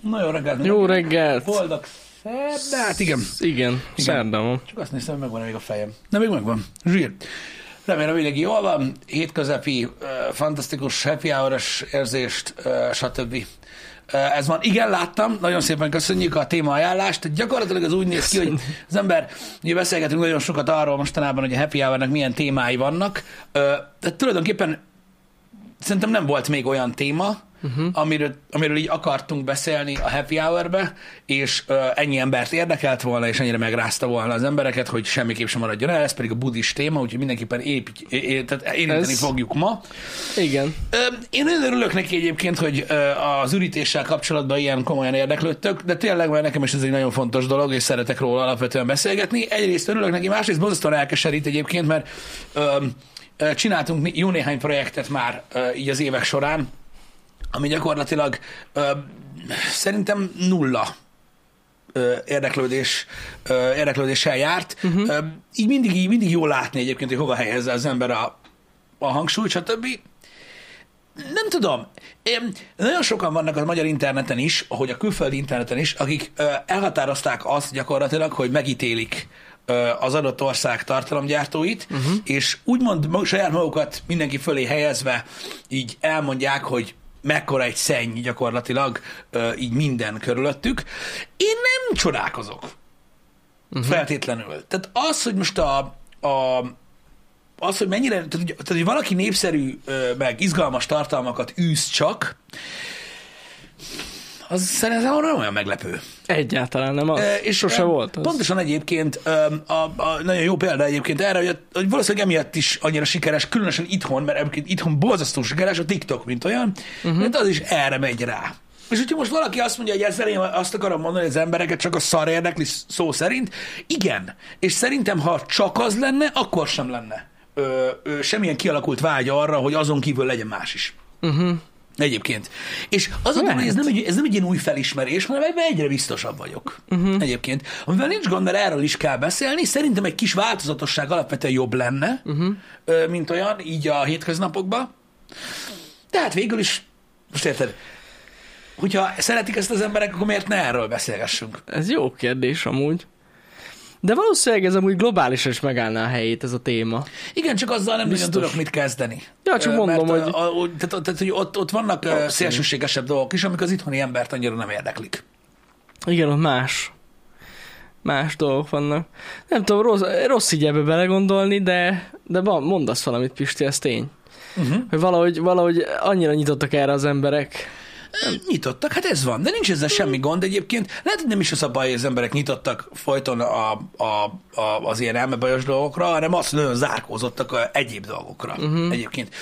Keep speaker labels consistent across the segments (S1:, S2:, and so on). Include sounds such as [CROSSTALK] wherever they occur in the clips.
S1: Na jó reggelt!
S2: Jó reggelt!
S1: Boldog szerdát! Igen,
S2: hát Igen, igen. szerdán van.
S1: csak azt néztem, hogy megvan még a fejem. De még megvan. Zsír. Remélem, mindenki jól van. Hétközepi, ö, fantasztikus, happy hour érzést, ö, stb. Ö, Ez van. Igen, láttam. Nagyon szépen köszönjük a témaajánlást. Gyakorlatilag ez úgy néz ki, hogy az ember, ugye beszélgetünk nagyon sokat arról mostanában, hogy a happy hour milyen témái vannak. Ö, De tulajdonképpen szerintem nem volt még olyan téma, uh-huh. amiről, amiről így akartunk beszélni a happy hour-be, és ö, ennyi embert érdekelt volna, és ennyire megrázta volna az embereket, hogy semmiképp sem maradjon el, ez pedig a buddhist téma, úgyhogy mindenképpen épít, é, é, tehát érinteni
S2: Ez-
S1: fogjuk ma.
S2: Igen.
S1: Ö, Én nagyon örülök neki egyébként, hogy ö, az ürítéssel kapcsolatban ilyen komolyan érdeklődtök, de tényleg már nekem is ez egy nagyon fontos dolog, és szeretek róla alapvetően beszélgetni. Egyrészt örülök neki, másrészt borzasztóan elkeserít egyébként, mert ö, ö, csináltunk mi- jó néhány projektet már ö, így az évek során, ami gyakorlatilag ö, szerintem nulla ö, érdeklődés, ö, érdeklődéssel járt. Uh-huh. Ö, így mindig, így mindig jó látni egyébként, hogy hova helyezze az ember a, a hangsúlyt, stb. Nem tudom. Én, nagyon sokan vannak a magyar interneten is, ahogy a külföldi interneten is, akik ö, elhatározták azt gyakorlatilag, hogy megítélik ö, az adott ország tartalomgyártóit, uh-huh. és úgymond mag- saját magukat mindenki fölé helyezve így elmondják, hogy mekkora egy szenny gyakorlatilag ö, így minden körülöttük. Én nem csodálkozok. Uh-huh. Feltétlenül. Tehát az, hogy most a, a az, hogy mennyire, tehát, hogy- tehát hogy valaki népszerű, ö, meg izgalmas tartalmakat űz csak, az szerintem nem olyan meglepő.
S2: Egyáltalán nem az.
S1: Ö,
S2: E, És sose
S1: ö,
S2: volt az.
S1: Pontosan egyébként, ö, a, a, nagyon jó példa egyébként erre, hogy, a- hogy valószínűleg emiatt is annyira sikeres, különösen itthon, mert egyébként itthon borzasztó sikeres a TikTok, mint olyan,
S2: Mhm.
S1: uh-huh. mert az is erre megy rá. És hogyha most valaki azt mondja, hogy ezzel én azt akarom mondani, hogy az embereket csak a szar érdekli szó szerint, igen. És szerintem, ha csak az lenne, akkor sem lenne ö, ö, semmilyen kialakult vágy arra, hogy azon kívül legyen más is. Egyébként. És az a dolog, hogy ez nem, egy, ez nem egy ilyen új felismerés, hanem ebben egyre biztosabb vagyok. Uh-huh. Egyébként. Amivel nincs gond, mert erről is kell beszélni, szerintem egy kis változatosság alapvetően jobb lenne, uh-huh. mint olyan, így a hétköznapokban. Tehát végül is, most érted, hogyha szeretik ezt az emberek, akkor miért ne erről beszélgessünk?
S2: Ez jó kérdés amúgy. De valószínűleg ez amúgy globálisan is megállná a helyét ez a téma.
S1: Igen, csak azzal nem Biztos.
S2: Biztos.
S1: nagyon tudok mit kezdeni.
S2: Ja, csak
S1: Ö,
S2: mondom,
S1: mert,
S2: hogy-
S1: A, a, tehát, tehát, hogy ott, ott vannak ö,
S2: Valószínű.
S1: szélsőségesebb dolgok is, amik az itthoni embert annyira nem érdeklik.
S2: Igen, ott más. Más dolgok vannak. Nem tudom, rossz, rossz így ebbe belegondolni, de, de van, mondasz valamit, Pisti, ez tény.
S1: Uh-huh.
S2: Hogy valahogy, valahogy annyira nyitottak erre az emberek.
S1: Nyitottak, hát ez van, de nincs ezzel semmi gond egyébként. Lehet, hogy nem is az a baj, hogy az emberek nyitottak folyton a, a, a, az ilyen elmebajos dolgokra, hanem azt hogy nagyon zárkózottak a egyéb dolgokra uh-huh. egyébként.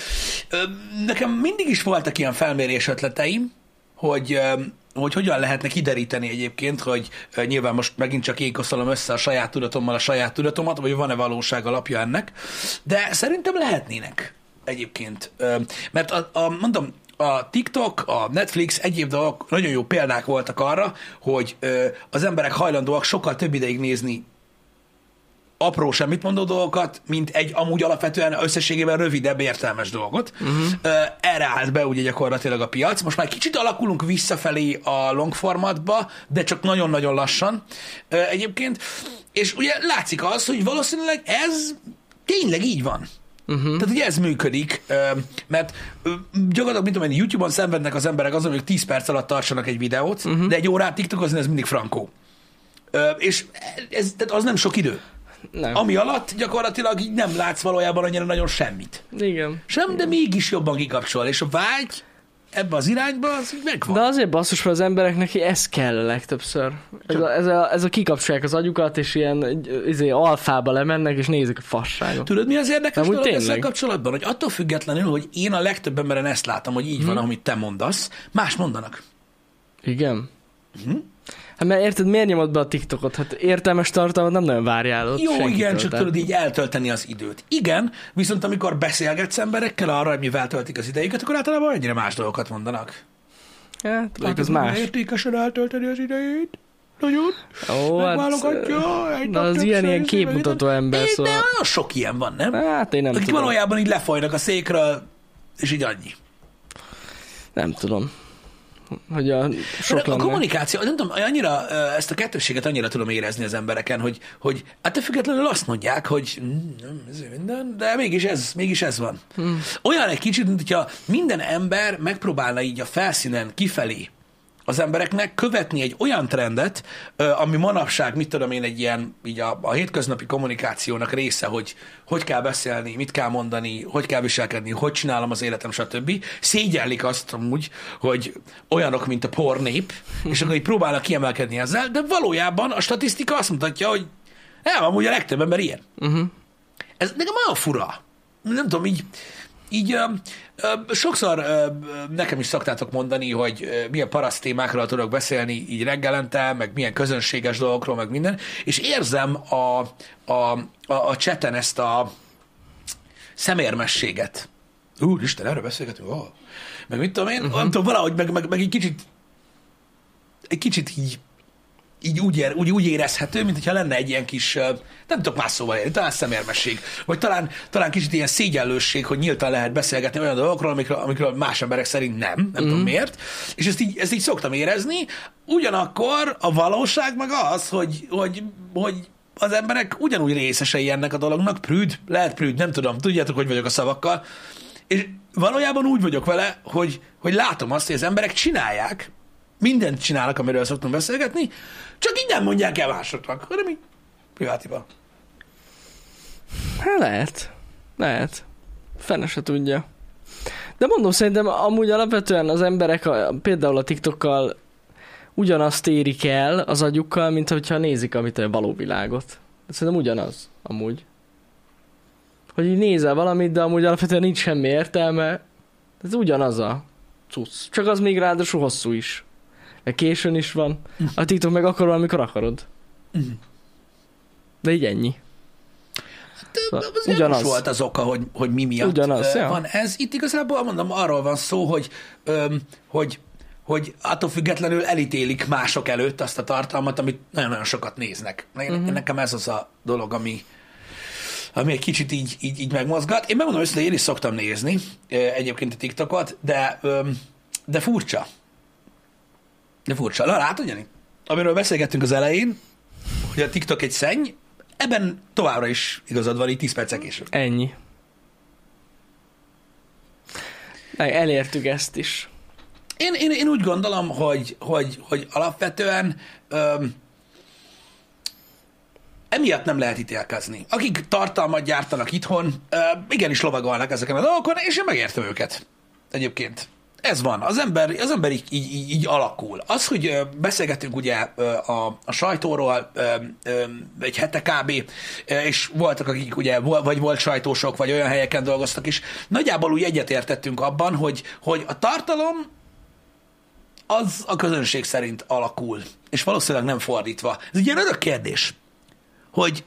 S1: Ö, Nekem mindig is voltak ilyen felmérés ötleteim, hogy ö, hogy hogyan lehetne kideríteni egyébként, hogy ö, nyilván most megint csak én koszolom össze a saját tudatommal a saját tudatomat, vagy van-e valóság alapja ennek, de szerintem lehetnének egyébként. Ö, Mert a, a, mondom, a TikTok, a Netflix, egyéb dolgok nagyon jó példák voltak arra, hogy ö, az emberek hajlandóak sokkal több ideig nézni apró semmit mondó dolgokat, mint egy amúgy alapvetően összességében rövidebb értelmes dolgot. Uh-huh. Erre állt be ugye gyakorlatilag a piac. Most már kicsit alakulunk visszafelé a long formatba, de csak nagyon-nagyon lassan ö, egyébként. És ugye látszik az, hogy valószínűleg ez tényleg így van. Uh-huh. Tehát ugye ez működik, ö, mert ö, gyakorlatilag, mint tudom én, YouTube-on szenvednek az emberek azon, hogy 10 perc alatt tartsanak egy videót, uh-huh. de egy órát TikTokozni, ez mindig frankó. Ö, És ez, tehát az nem sok idő
S2: Nem.
S1: ami alatt gyakorlatilag így nem látsz valójában annyira nagyon semmit.
S2: Igen.
S1: Sem, de mégis jobban kikapcsol, és a vágy ebbe az irányba, az így megvan.
S2: De azért basszus, mert az embereknek ez kell a legtöbbször. Ez a, ez, a, ez a kikapcsolják az agyukat, és ilyen izé, alfába lemennek, és nézik a fasságot.
S1: Tudod, mi az érdekes
S2: Amúgy
S1: dolog tényleg. ezzel
S2: tényleg.
S1: kapcsolatban? Hogy attól függetlenül, hogy én a legtöbb emberen ezt látom, hogy így van,
S2: Mhm.
S1: amit te mondasz, más mondanak.
S2: Igen.
S1: Mhm.
S2: Hát mert érted, miért nyomod be a TikTokot? Hát értelmes tartalmat nem nagyon várjál ott
S1: Jó,
S2: senkitől,
S1: igen, csak
S2: tehát.
S1: tudod így eltölteni az időt. Igen, viszont amikor beszélgetsz emberekkel arra, hogy mivel töltik az idejüket, akkor általában annyira más dolgokat mondanak.
S2: Hát, mondjuk
S1: Látod,
S2: az
S1: mennyire
S2: más.
S1: Értékesen eltölteni az idejét. Nagyon.
S2: Ó, hát,
S1: Megválogatja, egy
S2: de
S1: nap
S2: az
S1: többször
S2: ilyen, ilyen
S1: is, meg
S2: képmutató
S1: minden.
S2: ember,
S1: Én-
S2: szóval...
S1: De nagyon sok ilyen van, nem?
S2: Hát én nem
S1: Akik
S2: tudom.
S1: valójában így lefolynak a székről, és így annyi.
S2: Nem tudom. hogy a sok
S1: Hát a
S2: lenne.
S1: kommunikáció, nem tudom, annyira, ö, ezt a kettősséget annyira tudom érezni az embereken, hogy, hogy hát te függetlenül azt mondják, hogy "Mm, nem, ez minden, de mégis ez, mégis ez van. Hmm. Olyan egy kicsit, mint hogyha minden ember megpróbálna így a felszínen kifelé az embereknek követni egy olyan trendet, ö, ami manapság, mit tudom én, egy ilyen így a, a hétköznapi kommunikációnak része, hogy hogy kell beszélni, mit kell mondani, hogy kell viselkedni, hogy csinálom az életem, stb. Szégyellik azt amúgy, hogy olyanok, mint a pornép, és akkor így próbálnak kiemelkedni ezzel, de valójában a statisztika azt mutatja, hogy nem, amúgy a legtöbb ember ilyen. Ez nekem olyan fura. Nem tudom, így, így ö, ö, sokszor ö, ö, nekem is szoktátok mondani, hogy ö, milyen paraszt témákról tudok beszélni így reggelente, meg milyen közönséges dolgokról, meg minden, és érzem a, a, a, a cseten ezt a szemérmességet. Úristen, erről beszélgetünk? Oh. Meg mit tudom én? Uh-huh. Nem tudom, valahogy meg, meg, meg egy kicsit egy kicsit így így úgy, ér, úgy, úgy érezhető, mint hogyha lenne egy ilyen kis, ö, nem tudok más szóval élni, talán szemérmesség, vagy talán, talán kicsit ilyen szégyenlősség, hogy nyíltan lehet beszélgetni olyan dolgokról, amikről, amikről más emberek szerint nem, nem mm. tudom miért, és ezt így, ezt így szoktam érezni, ugyanakkor a valóság meg az, hogy, hogy, hogy az emberek ugyanúgy részesei ennek a dolognak, prűd, lehet prűd, nem tudom, tudjátok, hogy vagyok a szavakkal, és valójában úgy vagyok vele, hogy, hogy látom azt, hogy az emberek csinálják, mindent csinálnak, amiről szoktunk beszélgetni, csak így nem mondják el másoknak, hanem így privátiban.
S2: Hát lehet. Lehet. Fene se tudja. De mondom, szerintem amúgy alapvetően az emberek a, például a TikTokkal ugyanazt érik el az agyukkal, mint hogyha nézik amit a való világot. Szerintem ugyanaz, amúgy. Hogy így nézel valamit, de amúgy alapvetően nincs semmi értelme. Ez ugyanaz a cucc. Csak az még ráadásul hosszú is. Meg Későn is van. A TikTok meg akarod, amikor akarod. De így ennyi.
S1: Szóval
S2: Szóval
S1: az ugyanaz.
S2: ugyanaz.
S1: volt az oka, hogy, hogy mi miatt
S2: Ugyanaz,
S1: ö,
S2: ja.
S1: van ez. Itt igazából mondom, arról van szó, hogy, öm, hogy, hogy attól függetlenül elítélik mások előtt azt a tartalmat, amit nagyon-nagyon sokat néznek. Uh-huh. Nekem ez az a dolog, ami, ami egy kicsit így, így, így megmozgat. Én megmondom őszintén, én is szoktam nézni ö, egyébként a TikTokot, de, öm, de furcsa. De furcsa. Na, látod, Jani? Amiről beszélgettünk az elején, hogy a TikTok egy szenny, ebben továbbra is igazad van, így 10 percek később.
S2: Ennyi. Meg elértük ezt is.
S1: Én, én, én úgy gondolom, hogy, hogy, hogy alapvetően öm, emiatt nem lehet ítélkezni. Akik tartalmat gyártanak itthon, öm, igenis lovagolnak ezeken a dolgokon, és én megértem őket. Egyébként. Ez van. Az ember, az ember így, így, így, így alakul. Az, hogy ö, beszélgettünk ugye ö, a, a sajtóról ö, ö, egy hete kb., ö, és voltak, akik ugye vo- vagy volt sajtósok, vagy olyan helyeken dolgoztak is, nagyjából úgy egyetértettünk abban, hogy, hogy a tartalom az a közönség szerint alakul, és valószínűleg nem fordítva. Ez egy ilyen örök kérdés, hogy,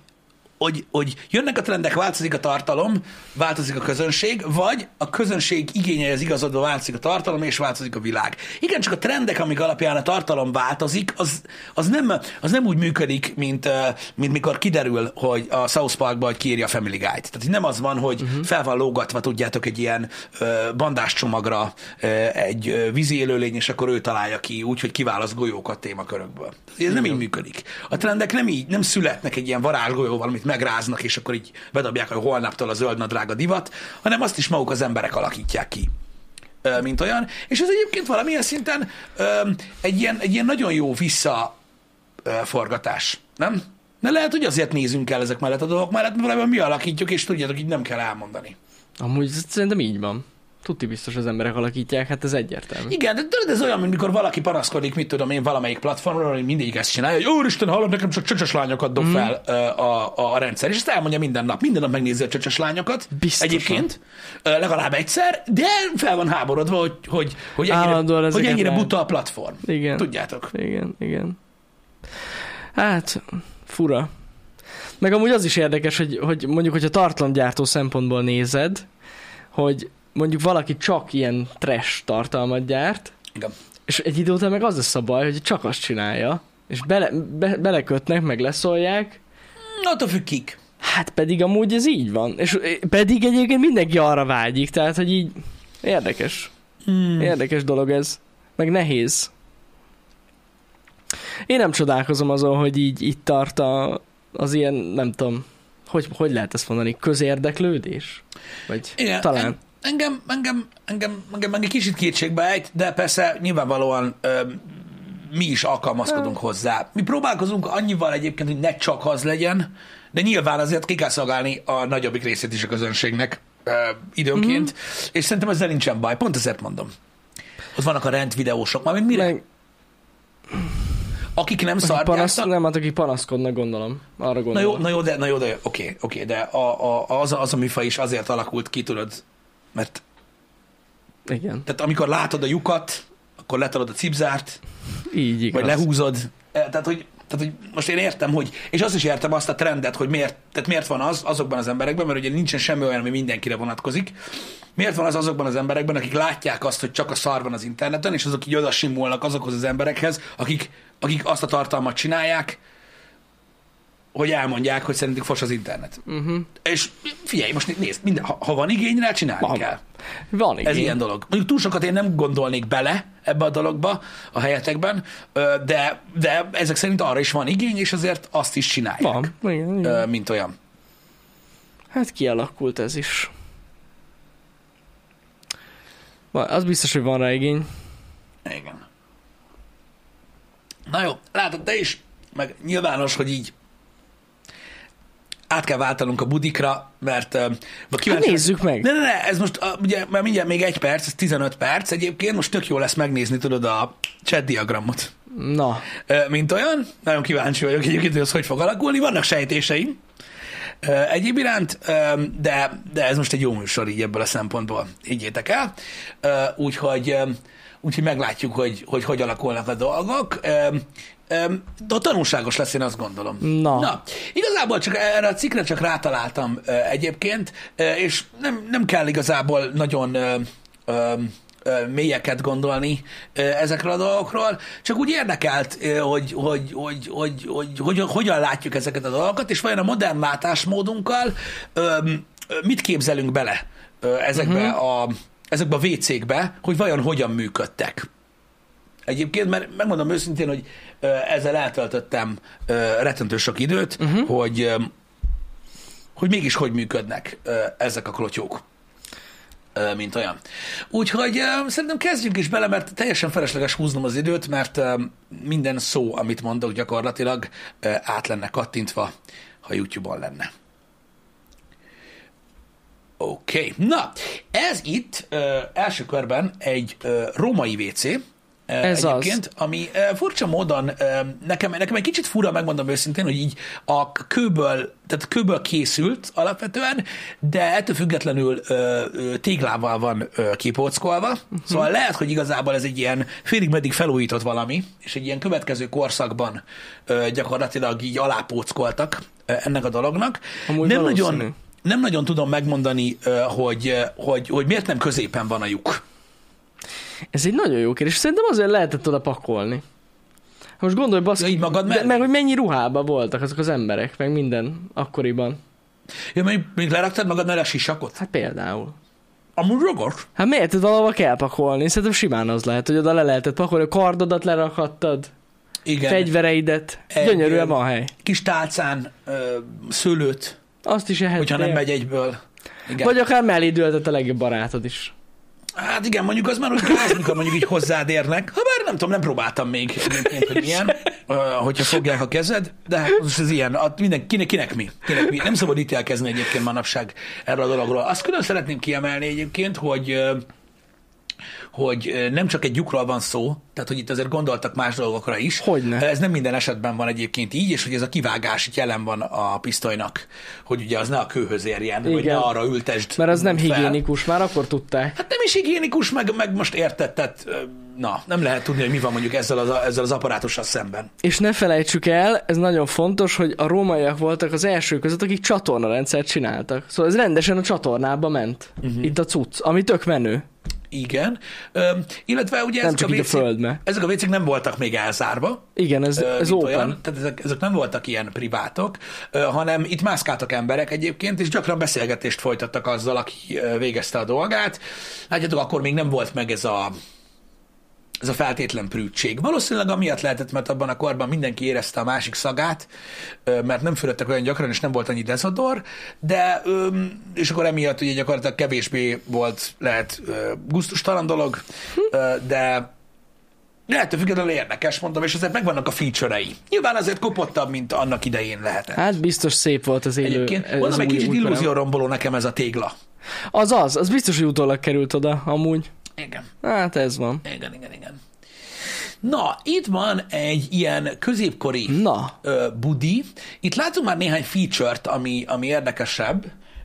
S1: hogy, hogy jönnek a trendek, változik a tartalom, változik a közönség, vagy a közönség igényeihez igazodva változik a tartalom, és változik a világ. Igen, csak a trendek, amik alapján a tartalom változik, az, az, nem, az nem úgy működik, mint, ö, mint mikor kiderül, hogy a South Parkban hogy kiírja a Family Guide. Tehát nem az van, hogy uh-huh. fel van lógatva, tudjátok, egy ilyen ö, bandás csomagra ö, egy ö, vízi élőlény, és akkor ő találja ki úgy, hogy kiválaszt golyókat témakörökből. Tehát Ez nem így működik. A trendek nem így, nem születnek egy ilyen varázsgolyóval, amit megráznak, és akkor így bedobják, hogy holnaptól a zöld nadrága divat, hanem azt is maguk az emberek alakítják ki ö, mint olyan, és ez egyébként valamilyen szinten ö, egy ilyen, egy ilyen nagyon jó vissza ö, forgatás, nem? De lehet, hogy azért nézünk el ezek mellett a dolgok mellett, mert valami mi alakítjuk, és tudjátok, így nem kell elmondani.
S2: Amúgy ez szerintem így van. Tuti biztos az emberek alakítják, hát ez egyértelmű.
S1: Igen, de tudod, ez olyan, mint mikor valaki panaszkodik, mit tudom én, valamelyik platformról, hogy mindig ezt csinálja, hogy úristen, hallod, nekem csak csöcsös lányokat
S2: Mm.
S1: dob fel ö, a, a, a rendszer, és ezt elmondja minden nap. Minden nap megnézi a csöcsös lányokat.
S2: Biztosan.
S1: Egyébként, ö, legalább egyszer, de fel van háborodva, hogy, hogy, hogy
S2: Állandóan
S1: ennyire, hogy
S2: ezeket
S1: ennyire
S2: lát.
S1: buta a platform.
S2: Igen.
S1: Tudjátok.
S2: Igen, igen. Hát, fura. Meg amúgy az is érdekes, hogy, hogy mondjuk, hogyha tartalomgyártó szempontból nézed, hogy mondjuk valaki csak ilyen trash tartalmat gyárt,
S1: Igen.
S2: és egy idő után meg az lesz a baj, hogy csak azt csinálja, és bele, be, belekötnek, meg leszolják,
S1: Attól függ kik.
S2: hát pedig amúgy ez így van. És eh, pedig egyébként mindenki arra vágyik, tehát hogy így érdekes.
S1: Hmm.
S2: Érdekes dolog ez. Meg meg nehéz. Én nem csodálkozom azon, hogy így itt tart a, az ilyen, nem tudom, hogy, hogy lehet ezt mondani, közérdeklődés? Vagy
S1: Igen,
S2: talán.
S1: en- Engem, engem, engem, engem meg egy kicsit kétségbe ejt, de persze nyilvánvalóan ö, mi is alkalmazkodunk hozzá. Mi próbálkozunk annyival egyébként, hogy ne csak az legyen, de nyilván azért ki kell szolgálni a nagyobbik részét is a közönségnek ö, időnként,
S2: Mhm.
S1: mm-hmm. és szerintem ezzel nincsen baj, pont ezért mondom. Ott vannak a rendvideósok, mármint mire?
S2: Meg,
S1: Akik nem
S2: akik panasz,
S1: szartják,
S2: nem, hát akik panaszkodnak, gondolom. Arra
S1: Na
S2: gondolom.
S1: jó, na jó, de, na jó, de jó. oké, oké, de a, a, az, a, az a műfaj is azért alakult ki, tudod, mert
S2: Igen.
S1: tehát amikor látod a lyukat, akkor letalod a cipzárt,
S2: Így igaz.
S1: vagy lehúzod. Eh, Tehát hogy, tehát, hogy most én értem, hogy, és azt is értem azt a trendet, hogy miért, tehát miért van az azokban az emberekben, mert ugye nincsen semmi olyan, ami mindenkire vonatkozik, miért van az azokban az emberekben, akik látják azt, hogy csak a szar van az interneten, és azok így oda simulnak azokhoz az emberekhez, akik, akik azt a tartalmat csinálják, hogy elmondják, hogy szerintük fos az internet. Uh-huh. És figyelj, most nézd, minden, ha, ha van igény rá, csinálni
S2: Van.
S1: kell.
S2: Van így.
S1: Ez ilyen dolog. Mondjuk túl sokat én nem gondolnék bele ebbe a dologba a helyetekben, ö, de, de ezek szerint arra is van igény, és azért azt is csinálják,
S2: Van. Igen, igen.
S1: ö, mint olyan.
S2: Hát kialakult ez is. Van, az biztos, hogy van rá
S1: Hát
S2: igény.
S1: Igen. Na jó, látod, te is, meg nyilvános, hogy így át kell váltanunk a budikra, mert uh,
S2: Hát nézzük meg.
S1: Ne, ne, ne, ez most, uh, ugye, mert mindjárt még egy perc, ez 15 perc egyébként, most tök jó lesz megnézni, tudod, a chat diagramot.
S2: Na,
S1: Ö, mint olyan. Nagyon kíváncsi vagyok egyébként, hogy az hogy fog alakulni. Vannak sejtéseim ö, egyéb iránt, ö, de, de ez most egy jó műsor így ebből a szempontból. Higgyétek el. Ö, Úgyhogy, ö, úgyhogy meglátjuk, hogy, hogy hogy alakulnak a dolgok. Ö, ö, De tanulságos lesz, én azt gondolom.
S2: Na.
S1: Na igazából csak erre a cikkre csak rátaláltam ö, egyébként, ö, és nem, nem kell igazából nagyon ö, ö, ö, mélyeket gondolni ö, ezekről a dolgokról, csak úgy érdekelt, ö, hogy, hogy, hogy, hogy, hogy, hogy, hogy hogyan látjuk ezeket a dolgokat, és vajon a modern látásmódunkkal ö, ö, mit képzelünk bele ö, ezekbe, uh-huh. a, ezekbe a WC-kbe, hogy vajon hogyan működtek. Egyébként, mert megmondom őszintén, hogy ö, ezzel eltöltöttem ö, rettentő sok időt, uh-huh. hogy, ö, hogy mégis hogy működnek ö, ezek a klotyók, ö, mint olyan. Úgyhogy ö, szerintem kezdjünk is bele, mert teljesen felesleges húznom az időt, mert ö, minden szó, amit mondok gyakorlatilag ö, át lenne kattintva, ha YouTube-on lenne. Oké, okay. na, ez itt ö, első körben egy ö, római WC, ö,
S2: Ez az.
S1: egyébként, ami ö, furcsa módon ö, nekem, nekem egy kicsit fura, megmondom őszintén, hogy így a kőből, tehát kőből készült alapvetően, de ettől függetlenül ö, ö, téglával van ö, kipóckolva,
S2: Mhm.
S1: uh-huh. szóval lehet, hogy igazából ez egy ilyen félig-meddig felújított valami, és egy ilyen következő korszakban ö, gyakorlatilag így alápóckoltak ö, ennek a dolognak.
S2: Amúgy
S1: nem
S2: valószínű.
S1: nagyon, nem nagyon tudom megmondani, ö, hogy, ö, hogy, hogy miért nem középen van a lyuk.
S2: ez egy nagyon jó kérdés. Szerintem azért lehetett oda pakolni. Most gondolj, baszki,
S1: Ja, így magad
S2: de,
S1: mellé?
S2: meg hogy mennyi ruhába voltak azok az emberek, meg minden akkoriban.
S1: Ja, még, még leraktad magad mellé a sisakot?
S2: Hát például.
S1: Amúgy ragos.
S2: Hát miért valahova kell pakolni? Szerintem simán az lehet, hogy oda le lehetett pakolni, a kardodat lerakadtad,
S1: Igen.
S2: fegyvereidet,
S1: Egy-
S2: gyönyörűen van hely.
S1: Kis tálcán ö, szőlőt,
S2: Azt is ehettél.
S1: hogyha nem megy egyből. Igen.
S2: Vagy akár mellé dőltett a legjobb barátod is.
S1: Hát igen, mondjuk az már úgy gáz, mikor mondjuk így hozzád érnek. Ha bár nem tudom, nem próbáltam még egyébként, hogy milyen, ö, hogyha fogják a kezed, de hát most ez ilyen, a- minden, kinek, kinek, mi? kinek mi. Nem szabad ítélkezni egyébként manapság erről a dologról. Azt külön szeretném kiemelni egyébként, hogy ö, hogy ö, nem csak egy lyukról van szó, tehát hogy itt azért gondoltak más dolgokra is.
S2: Hogyne.
S1: Ez nem minden esetben van egyébként így, és hogy ez a kivágás itt jelen van a pisztolynak, hogy ugye az ne a kőhöz érjen, Igen. vagy
S2: Igen.
S1: ne arra ültesd.
S2: Mert az nem
S1: fel.
S2: higiénikus, már akkor tudták.
S1: Hát nem is higiénikus, meg, meg most érted, tehát ö, na, nem lehet tudni, hogy mi van mondjuk ezzel az, ezzel az apparátussal szemben.
S2: És ne felejtsük el, ez nagyon fontos, hogy a rómaiak voltak az első között, akik csatornarendszert csináltak. Szóval ez rendesen a csatornába ment.
S1: Mhm.
S2: Uh-huh. Itt a cucc, ami tök menő.
S1: Igen. Ö, illetve ugye
S2: Nem
S1: ezek
S2: csak
S1: a,
S2: így a
S1: vécék,
S2: földbe.
S1: ezek a vécék nem voltak még elzárva.
S2: Igen, ez,
S1: ö,
S2: ez
S1: mint
S2: open.
S1: Olyan, tehát ezek, ezek nem voltak ilyen privátok, ö, hanem itt mászkáltak emberek egyébként, és gyakran beszélgetést folytattak azzal, aki ö, végezte a dolgát. Látjátok, akkor még nem volt meg ez a ez a feltétlen prűtség. Valószínűleg amiatt lehetett, mert abban a korban mindenki érezte a másik szagát, ö, mert nem fürödtek olyan gyakran, és nem volt annyi dezodor, de öm, és akkor emiatt ugye gyakorlatilag kevésbé volt, lehet ö, gusztustalan dolog, ö, de de ettől függetlenül érdekes, mondom, és azért megvannak a feature-ei. Nyilván azért kopottabb, mint annak idején lehetett.
S2: Hát biztos szép volt az élő.
S1: Egyébként
S2: ez
S1: mondom, egy
S2: új-
S1: kicsit
S2: új korán.
S1: illúzióromboló nekem ez a tégla.
S2: Az az, az biztos, hogy utólag került oda, amúgy.
S1: Igen.
S2: Hát ez van.
S1: Igen, igen, igen. Na, itt van egy ilyen középkori
S2: Na.
S1: ö, budi. Itt látunk már néhány feature-t, ami, ami érdekesebb.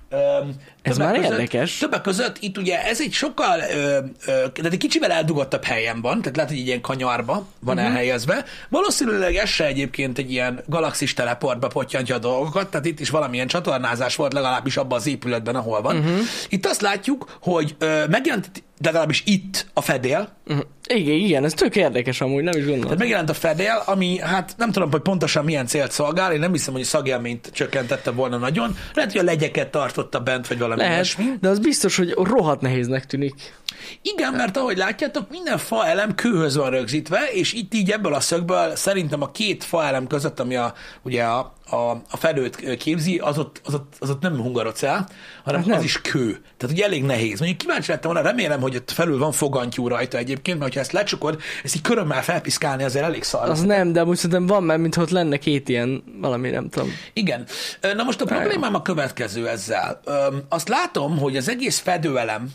S1: Ö,
S2: Ez
S1: többek
S2: már
S1: között-
S2: érdekes.
S1: Többek között itt ugye ez egy sokkal, ö, ö, tehát egy kicsivel eldugottabb helyen van, tehát lehet, hogy egy ilyen kanyarba
S2: Mhm.
S1: van uh-huh. elhelyezve. Valószínűleg ez se egyébként egy ilyen galaxis teleportba pottyantja a dolgokat, tehát itt is valamilyen csatornázás volt legalábbis abban az épületben, ahol van.
S2: Mhm.
S1: Uh-huh. Itt azt látjuk, hogy ö, megjelent legalábbis itt a fedél,
S2: Mhm. Igen, igen, ez tök érdekes amúgy, nem is
S1: tehát
S2: gondolom.
S1: megjelent a Fedél, ami hát nem tudom, hogy pontosan milyen célt szolgál, én nem hiszem, hogy a szagélményt csökkentette volna nagyon. Lehet, hogy a legyeket tartotta bent, vagy valami ilyesmi.
S2: Lehet, de az biztos, hogy rohadt nehéznek tűnik.
S1: Igen, mert ahogy látjátok, minden fa elem kőhöz van rögzítve, és itt így ebből a szögből szerintem a két fa elem között, ami a, ugye a, a, a felőt képzi, az ott, az, ott, az ott nem hungarocel, hanem
S2: Hát nem.
S1: az is kő. Tehát ugye elég nehéz. Mondjuk kíváncsi lettem volna, remélem, hogy ott felül van fogantyú rajta egyébként, mert ha ezt lecsukod, ezt így körömmel felpiszkálni azért elég szar.
S2: Az nem, de amúgy szerintem van, mert mintha ott lenne két ilyen valami, nem tudom.
S1: Igen. Ö, Na most a problémám a következő ezzel. Öm, Azt látom, hogy az egész fedőelem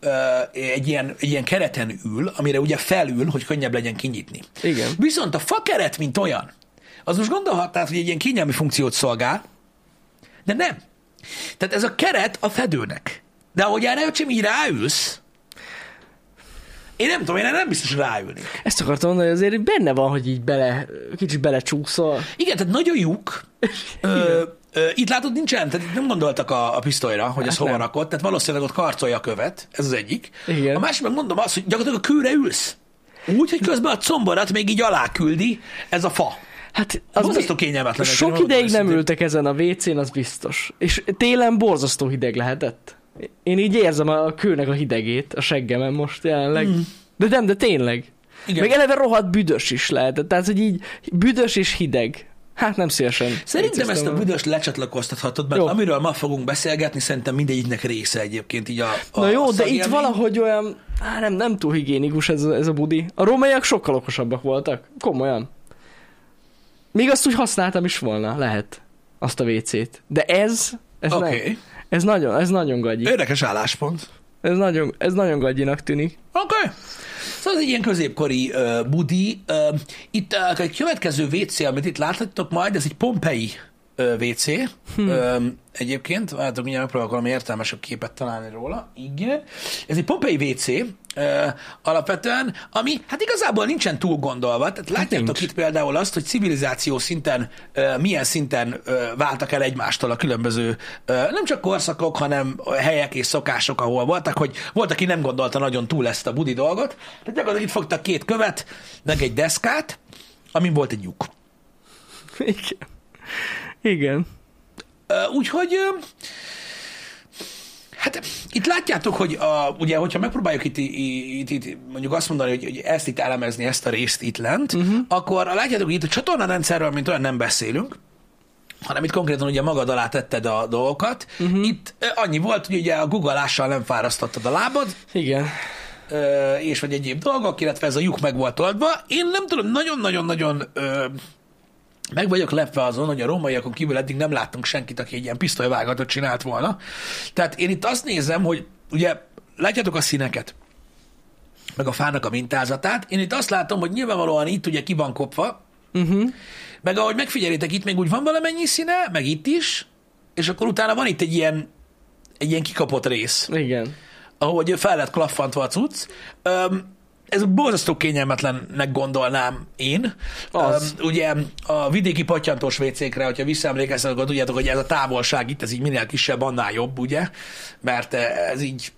S1: ö, egy ilyen, egy ilyen kereten ül, amire ugye felül, hogy könnyebb legyen kinyitni.
S2: Igen.
S1: Viszont a fakeret, mint olyan, az most gondolhatnád, hogy egy ilyen kényelmi funkciót szolgál, de nem. Tehát ez a keret a fedőnek. De ahogy erre öcsém, így ráülsz, én nem tudom, én erre nem biztos hogy ráülnék.
S2: Ezt akartam mondani, hogy azért így benne van, hogy így bele, kicsit belecsúszol.
S1: Igen, tehát nagy a
S2: [LAUGHS]
S1: lyuk. Ö, ö, itt látod, nincsen, tehát itt nem gondoltak a, a pisztolyra, hogy ez
S2: Hát
S1: hova
S2: nem.
S1: rakott, tehát valószínűleg ott karcolja a követ, ez az egyik.
S2: Igen.
S1: A másik meg mondom azt, hogy gyakorlatilag a kőre ülsz. Úgy, hogy közben a comborat még így alá küldi ez a fa.
S2: Hát
S1: Borzasztó kényelmetlen,
S2: Sok
S1: megmondom
S2: ideig nem
S1: őszintén.
S2: ültek ezen a WC-n, az biztos. És télen borzasztó hideg lehetett. Én így érzem a a kőnek a hidegét a seggemen most jelenleg. Mm. De nem, de tényleg.
S1: Hmm. Igen.
S2: Igen. Meg eleve rohadt büdös is lehetett. Tehát, hogy így büdös és hideg. Hát nem szívesen.
S1: Szerintem
S2: vicceztem
S1: ezt a
S2: volna.
S1: büdös lecsatlakoztathatod, mert
S2: Jó.
S1: amiről ma fogunk beszélgetni, szerintem mindegyiknek része egyébként így a, a
S2: Na jó, de itt
S1: szakélmény.
S2: valahogy olyan... Á, nem, nem túl higiénikus ez a, ez a budi. A rómaiak sokkal okosabbak voltak. Komolyan. Még azt úgy használtam is volna, lehet. Azt a WC-t. De ez... Ez
S1: Oké.
S2: nem. Ez nagyon, ez nagyon gagyi.
S1: Érdekes álláspont.
S2: Ez nagyon, ez nagyon gagyinak tűnik. [LAUGHS]
S1: Oké. Okay. Szóval ez egy ilyen középkori uh, budi. Uh, itt uh, a következő WC, amit itt láthattok majd, ez egy pompei uh, WC. Hmm. Um, egyébként, várjátok, mindjárt megpróbálok valami értelmesebb képet találni róla. Igen. Ez egy pompei WC uh, alapvetően, ami hát igazából nincsen túl gondolva. Tehát látjátok
S2: nincs.
S1: itt például azt, hogy civilizáció szinten uh, milyen szinten uh, váltak el egymástól a különböző uh, nem csak korszakok, hanem helyek és szokások, ahol voltak, hogy volt, aki nem gondolta nagyon túl ezt a budi dolgot. Tehát gyakorlatilag itt fogtak két követ, meg egy deszkát, amin volt egy lyuk.
S2: Igen. Igen.
S1: Ö, Úgyhogy ö, Hát itt látjátok, hogy a, ugye, hogyha megpróbáljuk itt, itt, itt mondjuk azt mondani, hogy, hogy ezt itt elemezni, ezt a részt itt lent, uh-huh. akkor látjátok, hogy itt a csatornarendszerről, mint olyan nem beszélünk, hanem itt konkrétan ugye magad alá tetted a dolgokat. Uh-huh. Itt ö, annyi volt, hogy ugye a guggolással nem fárasztottad a lábad,
S2: Igen.
S1: ö, és vagy egyéb dolgok, illetve ez a lyuk meg volt oldva. Én nem tudom, nagyon-nagyon-nagyon ö, meg vagyok lepve azon, hogy a rómaiakon kívül eddig nem láttunk senkit, aki egy ilyen pisztolyvágatot csinált volna. Tehát én itt azt nézem, hogy ugye látjátok a színeket, meg a fának a mintázatát. Én itt azt látom, hogy nyilvánvalóan itt ugye ki van kopva,
S2: Uh-huh.
S1: meg ahogy megfigyelitek, itt még úgy van valamennyi színe, meg itt is, és akkor utána van itt egy ilyen, egy ilyen kikapott rész
S2: Igen.
S1: ahogy fel lett klaffantva a cucc. Öm, ez borzasztó kényelmetlennek gondolnám én.
S2: Az.
S1: Öm, ugye a vidéki patyantós vécékre, hogyha visszaemlékeztek, akkor tudjátok, hogy ez a távolság itt, ez így minél kisebb, annál jobb, ugye? Mert eh, ez így,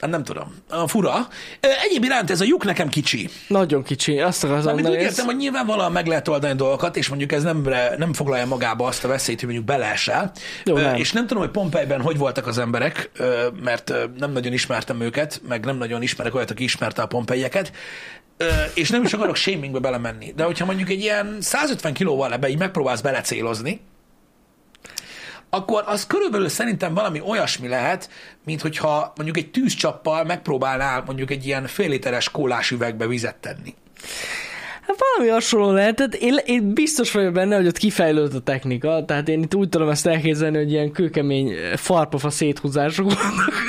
S1: hát nem tudom, Olyan fura. Ö, Egyéb iránt ez a lyuk nekem kicsi.
S2: Nagyon kicsi. Azt akartam
S1: Amit úgy
S2: mondani.
S1: Hát, értem,
S2: ez-
S1: hogy nyilvánvalóan meg lehet oldani dolgokat, és mondjuk ez nem, nem foglalja magába azt a veszélyt, hogy mondjuk beleesel.
S2: Jó,
S1: Ö,
S2: nem.
S1: És nem tudom, hogy Pompejben hogy voltak az emberek, ö, mert ö, nem nagyon ismertem őket, meg nem nagyon ismerek olyat, aki ismerte a Pompejeket, Ö, és nem is akarok shamingbe belemenni, de hogyha mondjuk egy ilyen 150 kilóval ebbe így megpróbálsz belecélozni, akkor az körülbelül szerintem valami olyasmi lehet, mint hogyha mondjuk egy tűzcsappal megpróbálnál mondjuk egy ilyen fél literes kólás üvegbe vizet tenni.
S2: Hát valami hasonló lehetett. Én, én biztos vagyok benne, hogy ott kifejlődött a technika, tehát én itt úgy tudom ezt elképzelni, hogy ilyen kőkemény eh, farpofa széthúzások vannak. [LAUGHS]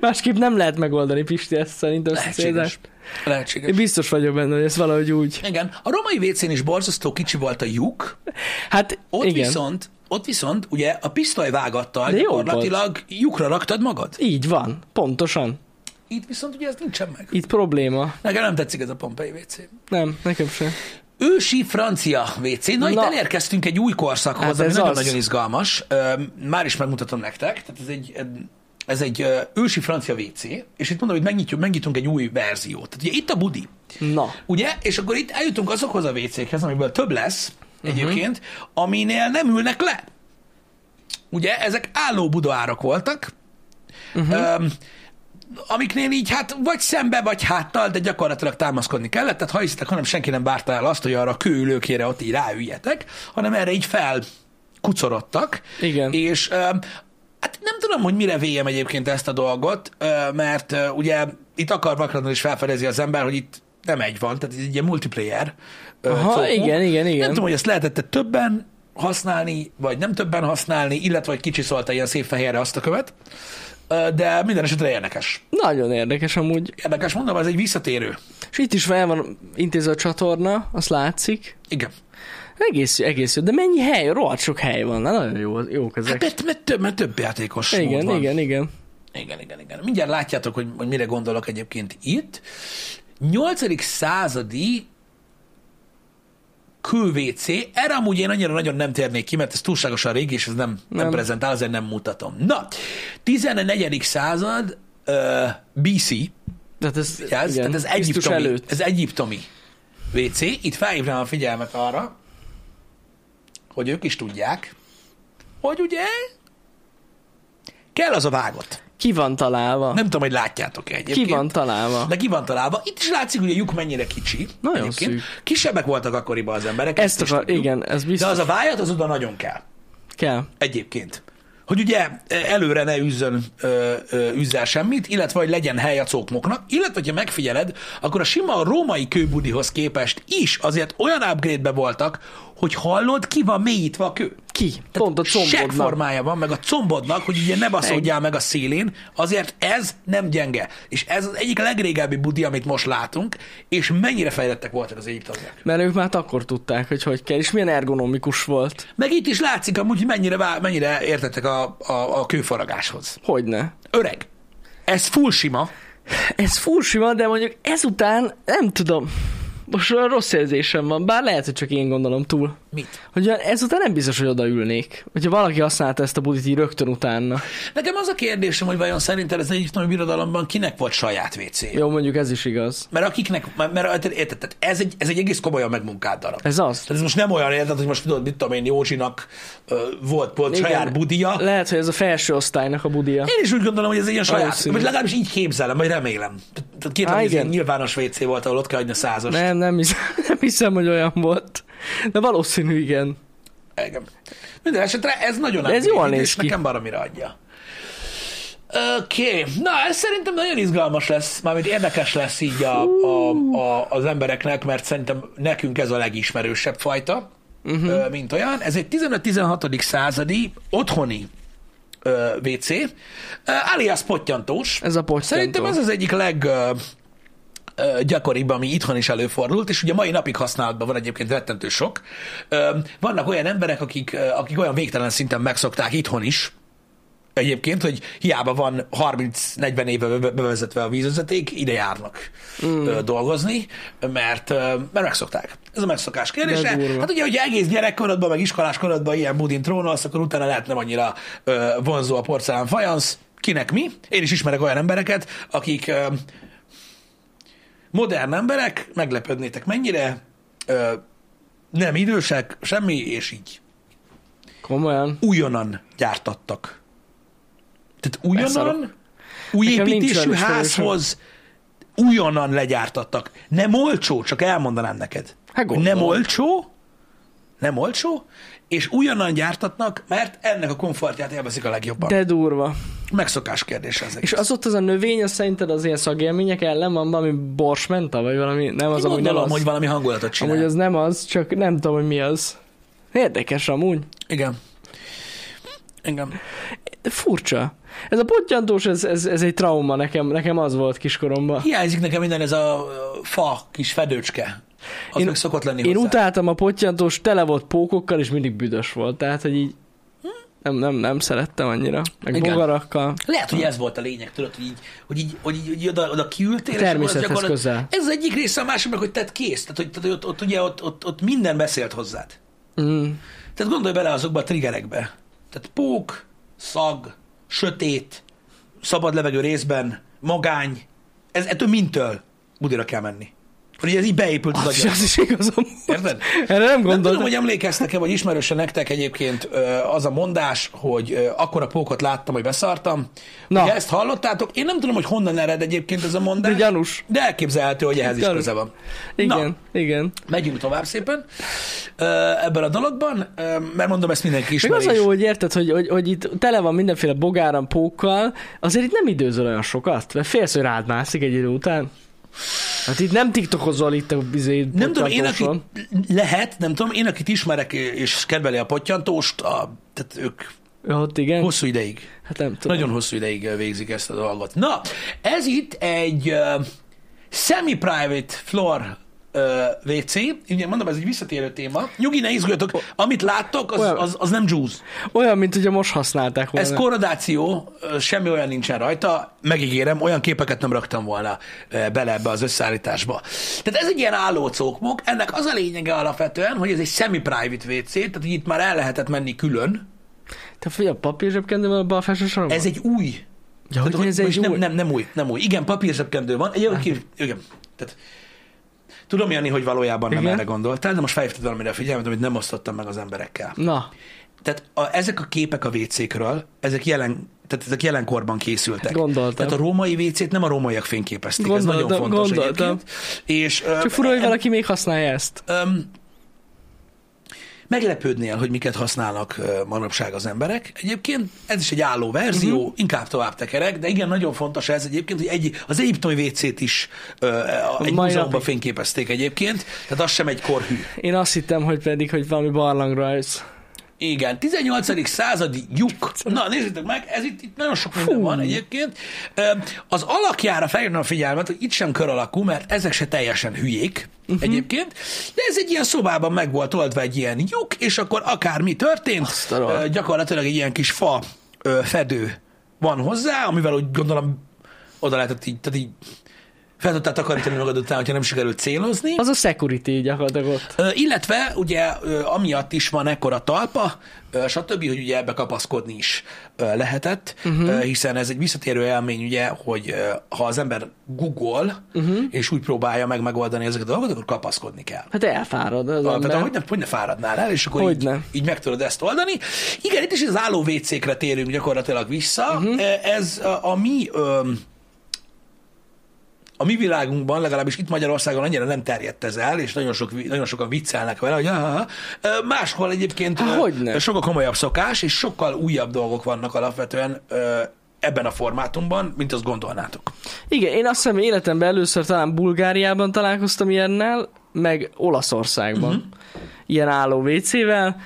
S2: Másképp nem lehet megoldani, Pisti, ezt szerintem. ezt a
S1: Lehetséges.
S2: szétzást.
S1: Lehetséges.
S2: Én biztos vagyok benne, hogy ez valahogy úgy.
S1: Igen, a romai vécén is borzasztó kicsi volt a lyuk,
S2: Hát
S1: ott
S2: igen.
S1: viszont, ott viszont ugye a pisztoly vágattal
S2: De jó
S1: gyakorlatilag lyukra raktad magad.
S2: Így van, pontosan.
S1: Itt viszont ugye ez nincsen meg.
S2: Itt probléma.
S1: Nekem nem tetszik ez a Pompei WC.
S2: Nem, nekem sem.
S1: Ősi francia WC. Na, itt
S2: Na.
S1: elérkeztünk egy új korszakhoz,
S2: Hát
S1: hát ami
S2: ez
S1: nagyon-nagyon
S2: az.
S1: izgalmas. Ö, Már is megmutatom nektek. Tehát ez egy, ez egy ö, ősi francia WC, és itt mondom, hogy megnyitjuk, megnyitunk egy új verziót. Tehát ugye itt a budi.
S2: Na.
S1: Ugye? És akkor itt eljutunk azokhoz a WC-khez, amiből több lesz egyébként, uh-huh. aminél nem ülnek le. Ugye? Ezek álló budaárak voltak, uh-huh. öm, amiknél így hát vagy szembe, vagy háttal, de gyakorlatilag támaszkodni kellett, tehát ha hiszitek, hanem senki nem várta el azt, hogy arra a kőülőkére ott így ráüljetek, hanem erre így fel kucorodtak.
S2: Igen.
S1: És öm, hát nem tudom, hogy mire véjem egyébként ezt a dolgot, ö, mert ö, ugye itt akar vakranul is felfedezi az ember, hogy itt nem egy van, tehát ez egy ilyen multiplayer. ö,
S2: Aha,
S1: cokó.
S2: igen, igen, igen.
S1: Szóval- Nem tudom, hogy ezt lehetett többen használni, vagy nem többen használni, illetve hogy kicsiszolta ilyen szép fehérre azt a követ, Ö, de minden esetre érdekes.
S2: Nagyon érdekes amúgy.
S1: Érdekes, mondom, ez egy visszatérő.
S2: És itt is fel van intézve a csatorna, azt látszik.
S1: Igen.
S2: Egész, egész jó, de mennyi hely, rohadt sok hely van, Na, nagyon jó, jók ezek.
S1: Hát mert, mert, több, mert több játékos mód
S2: igen,
S1: van.
S2: igen, igen.
S1: Igen, igen, igen. Mindjárt látjátok, hogy, hogy mire gondolok egyébként itt. 8. századi külvéc, erre amúgy én annyira nagyon nem térnék ki, mert ez túlságosan régi, és ez nem, nem. nem
S2: Nem.
S1: prezentál, azért nem mutatom. Na, 14. század uh, BC,
S2: Tehát ez,
S1: ugye ez,
S2: igen,
S1: tehát ez
S2: Krisztus
S1: egyiptomi,
S2: előtt.
S1: ez egyiptomi WC. Itt felhívnám a figyelmet arra, hogy ők is tudják, hogy ugye kell az a vágott.
S2: Ki van találva?
S1: Nem tudom, hogy látjátok-e egyébként.
S2: Ki van találva?
S1: De ki van találva. Itt is látszik, hogy a lyuk mennyire kicsi.
S2: Nagyon szűk.
S1: Kisebbek voltak akkoriban az emberek.
S2: Ezt
S1: is
S2: akar,
S1: tudjuk.
S2: igen, ez
S1: De
S2: biztos
S1: az a vájat az oda nagyon kell.
S2: kell.
S1: Egyébként. Hogy ugye e, előre ne üzzön, ö, ö, üzzel semmit, illetve hogy legyen hely a cókmoknak, illetve ha megfigyeled, akkor a sima római kőbudihoz képest is azért olyan upgrade-be voltak, hogy hallod, ki van mélyítve a kő.
S2: Ki? Pont a combodnak.
S1: formája van, meg a combodnak, hogy ugye ne baszódjál meg a szélén, azért ez nem gyenge. És ez az egyik legrégebbi budi, amit most látunk, és mennyire fejlettek voltak az egyiptomiak.
S2: Mert ők már akkor tudták, hogy hogy kell, és milyen ergonomikus volt.
S1: Meg itt is látszik amúgy, hogy mennyire, vá- mennyire értettek a, a, a kőfaragáshoz.
S2: Hogyne.
S1: Öreg. Ez full sima.
S2: Ez furcsa, de mondjuk ezután nem tudom. Most olyan rossz érzésem van, bár lehet, hogy csak én gondolom túl.
S1: Mit?
S2: Hogy olyan ezután nem biztos, hogy odaülnék. Hogyha valaki használta ezt a budit így rögtön utána.
S1: Nekem az a kérdésem, hogy vajon szerinted az egyiptomi birodalomban kinek volt saját wc -je?
S2: Jó, mondjuk ez is igaz.
S1: Mert akiknek, mert, mert érted, tehát ez egy, ez egy egész komolyan megmunkált darab.
S2: Ez az.
S1: Tehát ez most nem olyan érted, hogy most tudod, mit tudom én, Józsinak ö, volt, volt
S2: Igen.
S1: saját budia.
S2: Lehet, hogy ez a felső osztálynak a budia.
S1: Én is úgy gondolom, hogy ez egy ilyen saját,
S2: Valószínű.
S1: vagy legalábbis így képzelem, vagy remélem. Tehát tehát képzelem,
S2: Há,
S1: hogy ez
S2: igen.
S1: ilyen nyilvános WC volt, ahol ott kell hagyni a százas.
S2: Nem, nem hiszem, [LAUGHS] nem hiszem, hogy olyan volt. De valószínű, igen.
S1: Igen. Minden esetre ez nagyon
S2: ez
S1: átnéz,
S2: jól néz
S1: és
S2: ki.
S1: nekem baromira adja. Oké, okay. na ez szerintem nagyon izgalmas lesz, mármint érdekes lesz így a, a, a, az embereknek, mert szerintem nekünk ez a legismerősebb fajta,
S2: Mhm.
S1: uh-huh. mint olyan. Ez egy 15-16. századi otthoni ö, WC, ö, alias pottyantós.
S2: Ez a pocsentó.
S1: Szerintem ez az egyik leg ö, ö, gyakoribb, ami itthon is előfordult, és ugye mai napig használatban van egyébként rettentő sok. Ö, Vannak olyan emberek, akik, ö, akik olyan végtelen szinten megszokták itthon is, egyébként, hogy hiába van 30-40 éve be- bevezetve a vízvezeték, ide járnak mm. dolgozni, mert, ö, mert megszokták. Ez a megszokás kérdése.
S2: De durva.
S1: Hát ugye, hogyha egész gyerekkorodban, meg iskolás korodban ilyen budin trónolsz, akkor utána lehet nem annyira ö, vonzó a porcelán fajansz, kinek mi. Én is ismerek olyan embereket, akik ö, modern emberek, meglepődnétek mennyire, ö, nem idősek, semmi, és így
S2: Komolyan.
S1: újonnan gyártattak. Tehát újonnan,
S2: Beszarok.
S1: új
S2: Nekem nincs
S1: építésű
S2: olyan ismerősöm.
S1: házhoz, újonnan legyártattak. Nem olcsó, csak elmondanám neked.
S2: Hát
S1: Hogy nem
S2: gondolom.
S1: olcsó, nem olcsó, és újonnan gyártatnak, mert ennek a komfortját élvezik a legjobban. De...
S2: De durva.
S1: Megszokás kérdése ezek.
S2: És az ott az a növény, az szerinted az ilyen szagélmények ellen van valami borsmenta, vagy valami, nem az,
S1: Én
S2: amúgy nem
S1: gondolom,
S2: az.
S1: hogy valami hangulatot csinál.
S2: Amúgy az nem az, csak nem tudom, hogy mi az. Érdekes amúgy.
S1: Igen. Igen.
S2: De furcsa. Ez a pottyantós, ez, ez, ez egy trauma nekem, nekem az volt kiskoromban.
S1: Hiányzik nekem minden ez a ö, fa kis fedőcske. Az
S2: Én-
S1: én, meg szokott lenni
S2: Én
S1: hozzá.
S2: utáltam a pottyantós, tele volt pókokkal, és mindig büdös volt. Tehát, hogy így nem, nem, nem szerettem annyira. Meg
S1: Hm? Igen.
S2: Igen. bogarakkal.
S1: Lehet, hogy ez volt a lényeg, tudod, hogy így, hogy így, hogy így, hogy így oda, oda kiültél. és
S2: Természethez
S1: akkor az gyakorlat-
S2: közel.
S1: Ez az egyik része, a másik meg, hogy tett kész. Tehát, hogy, tehát, hogy ott, ott, ugye, ott, ott, ott, minden beszélt hozzád.
S2: Mm.
S1: Tehát gondolj bele azokba a triggerekbe. Tehát pók, szag, sötét, szabad levegő részben, magány. Ez ettől mindtől budira kell menni. Hogy így ez így beépült az,
S2: Az, is,
S1: agyadba.
S2: az is igazam.
S1: Érted?
S2: Erre nem
S1: Nem tudom,
S2: gondoltam.
S1: hogy emlékeztek-e, vagy ismerőse nektek egyébként ö, az a mondás, hogy ö, akkora pókot láttam, hogy beszartam. Na.
S2: Na.
S1: Ugye ezt hallottátok? Én nem tudom, hogy honnan ered egyébként ez a mondás.
S2: De gyanús.
S1: De elképzelhető, hogy ehhez is
S2: Gyanús.
S1: köze van.
S2: Igen,
S1: Na,
S2: Na. igen.
S1: megyünk tovább szépen ö, ebben a dologban, ö, mert mondom, ezt mindenki
S2: Még
S1: ismeri.
S2: az a
S1: is.
S2: jó, hogy érted, hogy, hogy, hogy itt tele van mindenféle bogáram, pókkal, azért itt nem időzöl olyan sokat, mert félsz, hogy rád mászik egy idő után. Hát itt nem tiktokozol itt a izé bizé
S1: Nem tudom, én
S2: potyantóson.
S1: akit lehet, nem tudom, én akit ismerek és kedveli a pottyantóst, a, tehát ők
S2: Ja, ott igen?
S1: hosszú ideig
S2: Hát nem tudom.
S1: Nagyon hosszú ideig eh, végzik ezt a dolgot. Na, ez itt egy uh, semi-private floor uh, WC. Ugye mondom, ez egy visszatérő téma. Nyugi, ne izguljatok. Amit láttok, az,
S2: Olyan-
S1: az, az nem juice.
S2: Olyan, mint hogyha most használták volna.
S1: Ez korrodáció, ö, semmi olyan nincsen rajta, megígérem, olyan képeket nem raktam volna ö, bele ebbe az összeállításba. Tehát ez egy ilyen álló cókmok, ennek az a lényege alapvetően, hogy ez egy semi-private WC, tehát így itt már el lehetett menni külön.
S2: Te figyelj, a papír zsebkendőben a bal felső sarokban?
S1: Ez egy új
S2: ja, hogy
S1: Tehát,
S2: ez egy
S1: most nem,
S2: új-
S1: nem, nem új, nem új. Igen, papírzsebkendő van. Egy, ki, igen. Tehát, tudom, Jani, hogy valójában nem
S2: Igen.
S1: erre gondoltál, de most felhívtad valamire a figyelmet, amit nem osztottam meg az emberekkel.
S2: Na,
S1: Tehát a, ezek a képek a WC-kről, ezek jelen, tehát ezek jelenkorban készültek.
S2: Hát gondoltam.
S1: Tehát a római WC-t nem a rómaiak fényképezték, ez nagyon
S2: Gondoltam,
S1: fontos
S2: gondoltam.
S1: egyébként. És, ö,
S2: csak fura, hogy
S1: em-
S2: valaki még használja ezt.
S1: Öm, meglepődnél, hogy miket használnak ö, manapság az emberek. Egyébként ez is egy álló verzió,
S2: Mhm.
S1: uh-huh. inkább tovább tekerek, de igen, nagyon fontos ez egyébként, hogy egy, az egyiptomi WC-t is ö, a- egy
S2: mai
S1: múzeumban
S2: napig.
S1: fényképezték egyébként, tehát az sem egy korhű.
S2: Én azt hittem, hogy pedig, hogy valami barlangrajz.
S1: Igen, 18. századi lyuk. Na, nézzétek meg, ez itt, itt nagyon sok minden
S2: Fú.
S1: van egyébként. Ö, Az alakjára feljön a figyelmet, hogy itt sem kör alakú, mert ezek se teljesen hülyék
S2: Mhm.
S1: uh-huh. egyébként, de ez egy ilyen szobában meg volt oldva egy ilyen lyuk, és akkor akármi történt,
S2: Azt a rohadt.
S1: ö, gyakorlatilag egy ilyen kis fa ö, fedő van hozzá, amivel úgy gondolom oda lehetett így, tehát így fel tudtál takarítani magad után, hogyha nem sikerült célozni.
S2: Az a security gyakorlatilag ott.
S1: Ö, Illetve ugye ö, amiatt is van ekkora talpa, ö, stb., hogy ugye ebbe kapaszkodni is ö, lehetett, uh-huh. hiszen ez egy visszatérő élmény, ugye, hogy ö, ha az ember google, uh-huh. és úgy próbálja meg megoldani ezeket a dolgokat, akkor kapaszkodni kell.
S2: Hát elfárad az
S1: Alapvetően, hogy
S2: ember.
S1: ne, hogy ne fáradnál el, és akkor
S2: Hogy
S1: így,
S2: ne.
S1: így meg tudod ezt oldani. Igen, itt is az álló WC-kre térünk gyakorlatilag vissza.
S2: Mhm.
S1: Uh-huh. Ez a, a mi... öm, a mi világunkban, legalábbis itt Magyarországon annyira nem terjedt ez el, és nagyon, sok, vi- nagyon sokan viccelnek vele, hogy ah, máshol egyébként
S2: Há,
S1: ö, e,
S2: hogyne.
S1: sokkal komolyabb szokás, és sokkal újabb dolgok vannak alapvetően ö, ebben a formátumban, mint azt gondolnátok.
S2: Igen, én azt hiszem életemben először talán Bulgáriában találkoztam ilyennel, meg Olaszországban.
S1: Mhm.
S2: Uh-huh. Ilyen álló WC-vel.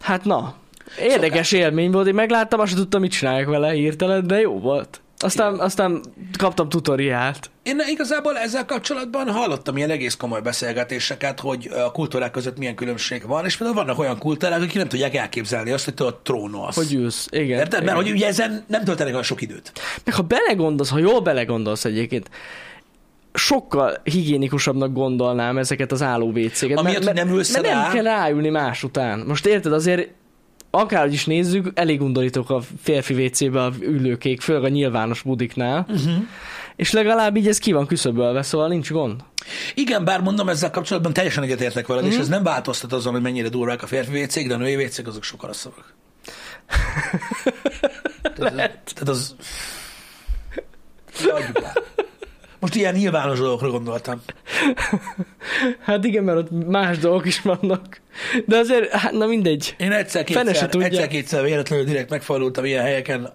S2: Hát na, érdekes élmény volt, én megláttam, azt sem tudtam, mit csinálják vele hirtelen, de jó volt. Aztán, aztán kaptam tutoriált.
S1: Én igazából ezzel kapcsolatban hallottam ilyen egész komoly beszélgetéseket, hogy a kultúrák között milyen különbség van, és például vannak olyan kultúrák, akik nem tudják elképzelni azt, hogy te a trónolsz.
S2: Hogy ülsz? Igen.
S1: Érted?
S2: igen.
S1: Mert hogy ugye ezen nem töltenek olyan sok időt.
S2: Meg ha belegondolsz, ha jól belegondolsz egyébként, sokkal higiénikusabbnak gondolnám ezeket az álló WC-ket.
S1: Amiatt, hogy nem ülsz
S2: mert
S1: rá.
S2: nem kell ráülni más után. Most érted, azért akárhogy is nézzük, elég undorítók a férfi WC-be a ülőkék, főleg a nyilvános budiknál.
S1: Mhm.
S2: Uh-huh. És legalább így ez ki van küszöbölve, szóval nincs gond.
S1: Igen, bár mondom, ezzel kapcsolatban teljesen egyetértek veled,
S2: Mhm.
S1: mm-hmm. és ez nem változtat azon, hogy mennyire durvák a férfi vécék, de a női vécék azok sokkal
S2: [LAUGHS]
S1: rosszabbak. tehát, tehát az... De adjuk rá. Most ilyen nyilvános dolgokra gondoltam.
S2: Hát igen, mert ott más dolgok is vannak. De azért, hát na mindegy.
S1: Én
S2: Fene se
S1: egyszer-kétszer
S2: tudja.
S1: egyszer, kétszer véletlenül direkt megfordultam ilyen helyeken.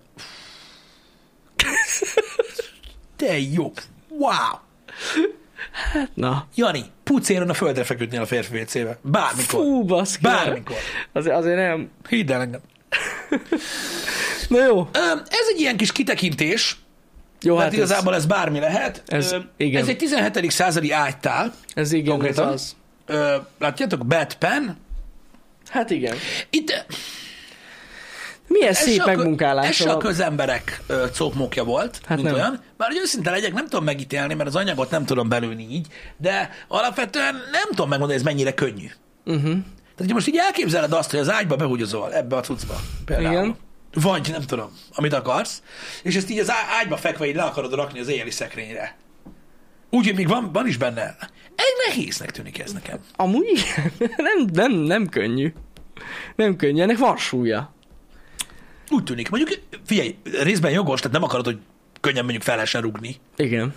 S1: Te jó! Wow!
S2: Na.
S1: Jani, pucéron a földre feküdnél a férfi WC-be. Bármikor.
S2: Fú, baszki.
S1: Bármikor.
S2: Azért, azért nem.
S1: Hidd el engem.
S2: Na jó.
S1: Öm, Ez egy ilyen kis kitekintés,
S2: Jó,
S1: hát
S2: hát
S1: mert igazából ez, bármi lehet.
S2: ez-
S1: Öm,
S2: igen.
S1: ez egy 17. századi ágytál.
S2: ez, ez igen, ez
S1: Konkrétan.
S2: az.
S1: Ö, Látjátok, Batman.
S2: Hát igen.
S1: Itt
S2: Milyen
S1: Ez se
S2: szép
S1: a kö- Ez
S2: megmunkálás.
S1: se a
S2: van.
S1: közemberek ö, copmókja volt,
S2: Hát
S1: hát mint
S2: nem.
S1: nem. olyan. Bár hogy őszinte legyek, nem tudom megítélni, mert az anyagot nem tudom belőni így, de alapvetően nem tudom megmondani, ez mennyire könnyű.
S2: Uh-huh.
S1: Tehát, hogyha most így elképzeled azt, hogy az ágyba behúgyozol ebbe a cuccba, például.
S2: Igen.
S1: Igen. Vagy, nem tudom, amit akarsz, és ezt így az á- ágyba fekve így le akarod rakni az éjjeli szekrényre. Úgy, hogy még van, van is benne. Egy nehéznek tűnik ez nekem.
S2: Amúgy igen. [LAUGHS] nem, nem, nem könnyű. Nem könnyű, ennek van súlya.
S1: Úgy tűnik. Mondjuk, figyelj, részben jogos, tehát nem akarod, hogy könnyen mondjuk fel lehessen rugni.
S2: Igen.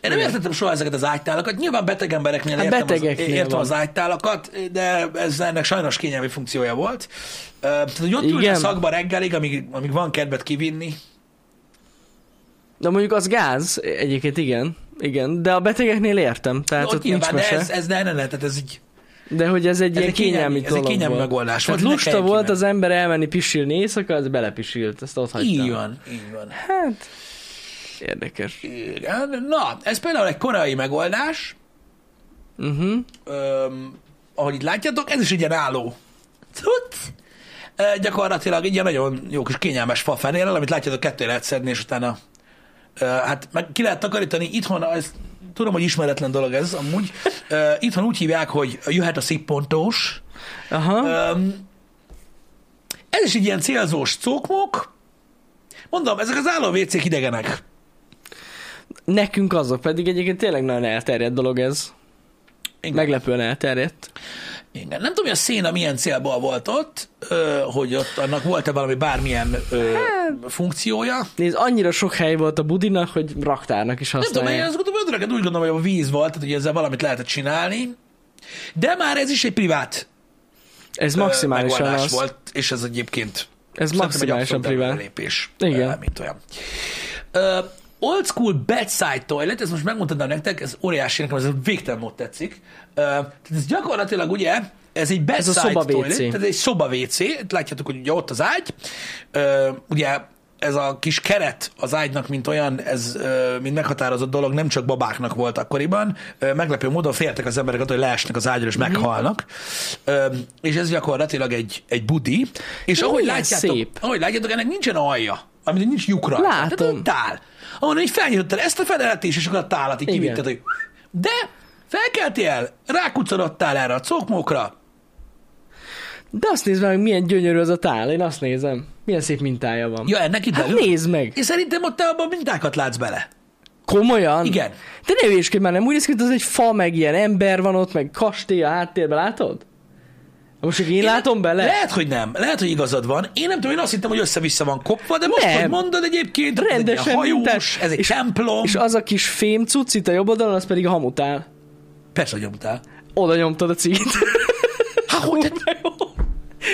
S1: Én nem értettem soha ezeket az ágytálakat. Nyilván beteg embereknél
S2: Hát
S1: értem, az,
S2: betegeknél
S1: értem
S2: van.
S1: az ágytálakat, de ez ennek sajnos kényelmi funkciója volt. Ö, Tehát, hogy ott ülsz
S2: Igen.
S1: a szakba reggelig, amíg, amíg van kedvet kivinni.
S2: De mondjuk az gáz, egyébként igen. Igen, de a betegeknél értem, tehát Hát ott,
S1: ott
S2: nincs
S1: nyilván, de
S2: mese.
S1: ez, ez ne, ne, ne, tehát ez így,
S2: De hogy ez egy
S1: ez
S2: ilyen
S1: egy
S2: kényelmi
S1: kényelmi, ez egy
S2: dolog
S1: kényelmi
S2: volt.
S1: megoldás
S2: Tehát
S1: volt.
S2: lusta
S1: mindenki
S2: volt
S1: ment.
S2: az ember elmenni pisilni éjszaka, az belepisilt, ezt ott hagyta.
S1: Így van, így van.
S2: Hát, érdekes.
S1: Igen. Na, ez például egy koreai megoldás, Mhm.
S2: Uh-huh.
S1: öm, ahogy itt látjátok, ez is egy ilyen álló cucc. Ö, Gyakorlatilag egy ilyen nagyon jó kis kényelmes fafenéllel, amit látjátok, ketté lehet szedni, és utána ö, hát meg ki lehet takarítani. Itthon, ez, tudom, hogy ismeretlen dolog ez amúgy, Ö, itthon úgy hívják, hogy jöhet a szippontós.
S2: Aha,
S1: Öm, ez is egy ilyen célzós cókmok. Mondom, ezek az álló WC-k idegenek.
S2: nekünk azok pedig egyébként tényleg nagyon elterjedt dolog ez.
S1: Igen.
S2: Meglepően elterjedt.
S1: Igen. Nem tudom, hogy a széna milyen célból volt ott, ö, hogy ott annak volt-e valami bármilyen ö, funkciója.
S2: Nézd, annyira sok hely volt a budinak, hogy raktárnak is
S1: Nem tudom, én
S2: használják.
S1: azt gondolom, hogy ötleget úgy gondolom, hogy a víz volt, tehát hogy ezzel valamit lehetett csinálni. De már ez is egy privát
S2: Ez
S1: ö,
S2: maximálisan
S1: megoldás
S2: az.
S1: volt, és ez egyébként
S2: Ez
S1: szerintem egy
S2: maximálisan
S1: abszolút
S2: privát.
S1: előrelépés,
S2: Igen.
S1: ö, mint olyan. Ö, old school bedside toilet, ezt most megmondtam nektek, ez óriási, nekem ez végtelen mód tetszik. Ö, tehát ez gyakorlatilag ugye, ez egy bedside
S2: szoba
S1: toilet,
S2: WC.
S1: tehát ez egy szoba WC, Itt látjátok, hogy ugye ott az ágy, ö, ugye ez a kis keret az ágynak, mint olyan, ez ö, mint meghatározott dolog, nem csak babáknak volt akkoriban. Ö, meglepő módon féltek az emberek attól, hogy leesnek az ágyra, és
S2: Mhm.
S1: meghalnak. Ö, és ez gyakorlatilag egy, egy budi. És
S2: Jó,
S1: ahogy
S2: milyen
S1: látjátok,
S2: szép.
S1: ahogy látjátok, ennek nincsen alja, amit nincs lyuk rajta.
S2: Látom.
S1: Tehát egy tál. Ahonnan így felnyitottál ezt a fedelet is, és akkor a tálat így
S2: Igen.
S1: kivitted, hogy... De felkeltél, rákucorodtál erre a cokmokra,
S2: De azt nézd meg, hogy milyen gyönyörű az a tál, én azt nézem. Milyen szép mintája van.
S1: Ja, ennek itt
S2: hát
S1: belül?
S2: nézd meg!
S1: Én szerintem ott te abban mintákat látsz bele.
S2: Komolyan?
S1: Igen.
S2: De ne hülyéskedj már, nem úgy néz ki, hogy az egy fa, meg ilyen ember van ott, meg kastély a háttérben, látod? Most csak én, én látom bele?
S1: Lehet, hogy nem. Lehet, hogy igazad van. Én nem tudom, én azt hittem, hogy össze-vissza van kopva, de most,
S2: Nem.
S1: hogy mondod egyébként, ez egy
S2: Rendesen
S1: ilyen hajós,
S2: mintát.
S1: ez egy
S2: És-
S1: templom.
S2: És
S1: És a...
S2: az a kis fém cucc itt a jobb oldalon, az pedig a hamutál.
S1: Persze, hogy nyomtál.
S2: Oda nyomtad a cigit.
S1: Há, hogy
S2: [LAUGHS]
S1: te...
S2: De jó.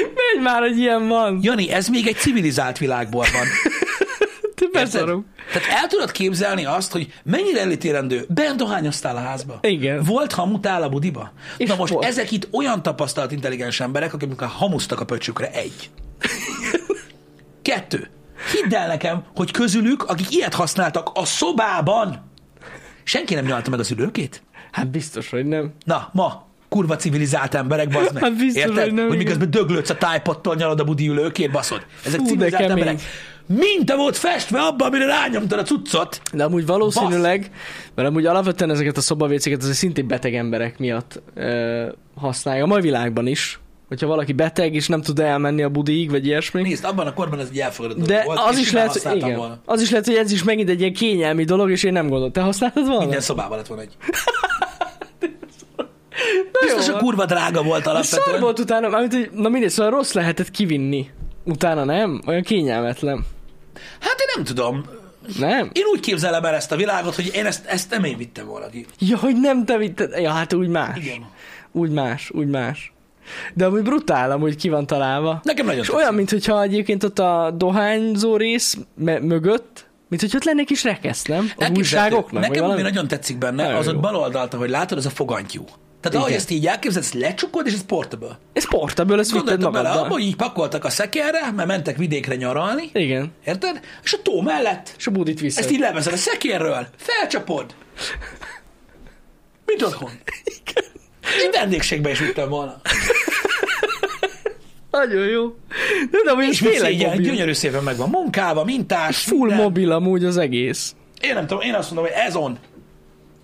S2: Menj már, hogy ilyen van.
S1: Jani, ez még egy civilizált világban van.
S2: Te
S1: Érted?
S2: beszarom.
S1: Tehát el tudod képzelni azt, hogy mennyire elítélendő. Bent dohányoztál a házba.
S2: Igen.
S1: Volt hamutál a budiba.
S2: És
S1: Na most
S2: volt.
S1: ezek itt olyan tapasztalt intelligens emberek, akik amikor hamuztak a pöcsükre.
S2: [LAUGHS]
S1: Egy. Kettő. Hidd el nekem, hogy közülük, akik ilyet használtak a szobában, senki nem nyalta meg az ülőkét?
S2: Hát biztos, hogy nem.
S1: Na, ma kurva civilizált emberek, bazd meg.
S2: [LAUGHS] Hát biztos,
S1: Érted?
S2: hogy nem,
S1: hogy
S2: igen.
S1: miközben döglődsz a tájpattal, nyalod a budi ülőkét, baszod. Ezek
S2: Fú, de
S1: civilizált
S2: kemény.
S1: emberek. Minta volt festve abban, amire rányomtad a cuccot.
S2: De amúgy valószínűleg, mert amúgy alapvetően ezeket a szobavécéket azért szintén beteg emberek miatt ö, használják. A mai világban is. Hogyha valaki beteg és nem tud elmenni a budiig, vagy ilyesmi.
S1: Nézd, abban a korban ez egy elfogadott dolog
S2: De
S1: volt,
S2: az
S1: és
S2: is,
S1: simán
S2: lehet, hogy,
S1: használtam
S2: igen,
S1: volna.
S2: az is lehet, hogy ez is megint egy ilyen kényelmi dolog, és én nem gondolom. Te használtad volna?
S1: Minden szobában lett volna egy.
S2: [LAUGHS] Na jó
S1: Biztos, hogy
S2: van.
S1: kurva drága volt
S2: A szar
S1: alapvetően.
S2: volt utána, mármint, hogy na mindegy, szóval rossz lehetett kivinni. Utána nem? Olyan kényelmetlen.
S1: Hát én nem tudom.
S2: Nem?
S1: Én úgy képzelem el ezt a világot, hogy én ezt, ezt nem én vittem volna ki.
S2: Ja, hogy nem te vitted. Ja, hát úgy más.
S1: Igen.
S2: Úgy más, úgy más. De amúgy brutál, amúgy ki van találva.
S1: Nekem nagyon
S2: És
S1: tetszik.
S2: olyan, mintha egyébként ott a dohányzó rész me- mögött, mint hogy ott lenne kis rekesz, nem? A
S1: Elképzelhető.
S2: újságoknak, vagy
S1: Nekem ami
S2: valami?
S1: nagyon tetszik benne,
S2: Nagyon
S1: az ott
S2: jó.
S1: bal oldalta, hogy látod, ez a fogantyú. Tehát
S2: Igen.
S1: ahogy ezt így elképzelsz, lecsukod, és ez portable.
S2: Ez portable, ezt vitted
S1: Gondoltak bele abba,
S2: magaddal.
S1: hogy így pakoltak a szekerre, mert mentek vidékre nyaralni,
S2: Igen.
S1: érted? És a tó mellett
S2: És a budit vissza.
S1: ezt így levezed a szekérről, felcsapod. Mint otthon. Én vendégségbe is vittem volna.
S2: Nagyon jó. Nem, de amúgy ez
S1: És mit
S2: tényleg
S1: szégyen,
S2: mobil.
S1: gyönyörű szépen meg van munkálva, mintás,
S2: Full
S1: minden.
S2: mobil amúgy az egész.
S1: Én nem tudom, én azt mondom, hogy ez on.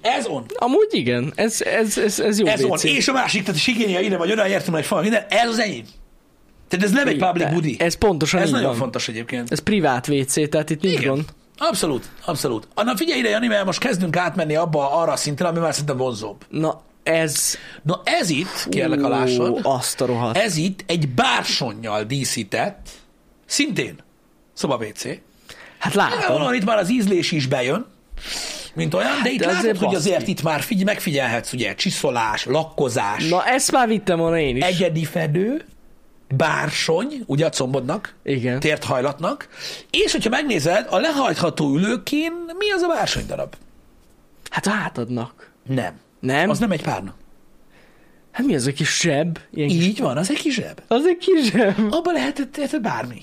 S1: Ez on.
S2: Amúgy igen, ez, ez, ez, ez jó
S1: Ez on.
S2: WC.
S1: És a másik, tehát is igénye ide vagy oda, értem, hogy van minden, ez az enyém. Tehát ez nem egy public
S2: De
S1: budi.
S2: Ez pontosan
S1: ez
S2: így
S1: nagyon
S2: van.
S1: fontos egyébként.
S2: Ez privát WC, tehát itt nincs
S1: Igen.
S2: gond.
S1: Abszolút, abszolút. Anna figyelj ide, Jani, mert most kezdünk átmenni abba arra a szinten, ami már szerintem vonzóbb.
S2: Na, ez...
S1: Na ez itt, kérlek a E-
S2: Ú,
S1: lásod,
S2: Azt a rohadt.
S1: ez itt egy bársonnyal díszített, szintén szobabécé.
S2: Hát
S1: Hát
S2: látom.
S1: Valahol itt már az ízlés is bejön, mint olyan, de itt
S2: Hát de
S1: látod,
S2: azért
S1: hogy
S2: basszus.
S1: azért itt már figy- megfigyelhetsz, ugye, csiszolás, lakkozás,
S2: Na, ezt már vittem volna én is.
S1: egyedi fedő, bársony, ugye a combodnak,
S2: Igen.
S1: tért hajlatnak, és hogyha megnézed, a lehajtható ülőkén mi az a bársony darab?
S2: Hát a hátadnak.
S1: Nem.
S2: Nem?
S1: Az nem egy párna.
S2: Hát mi az a kis zseb? Ilyen kis...
S1: Így van, az egy kis zseb.
S2: Az egy kis zseb. Hát
S1: Abba lehetett érted bármi.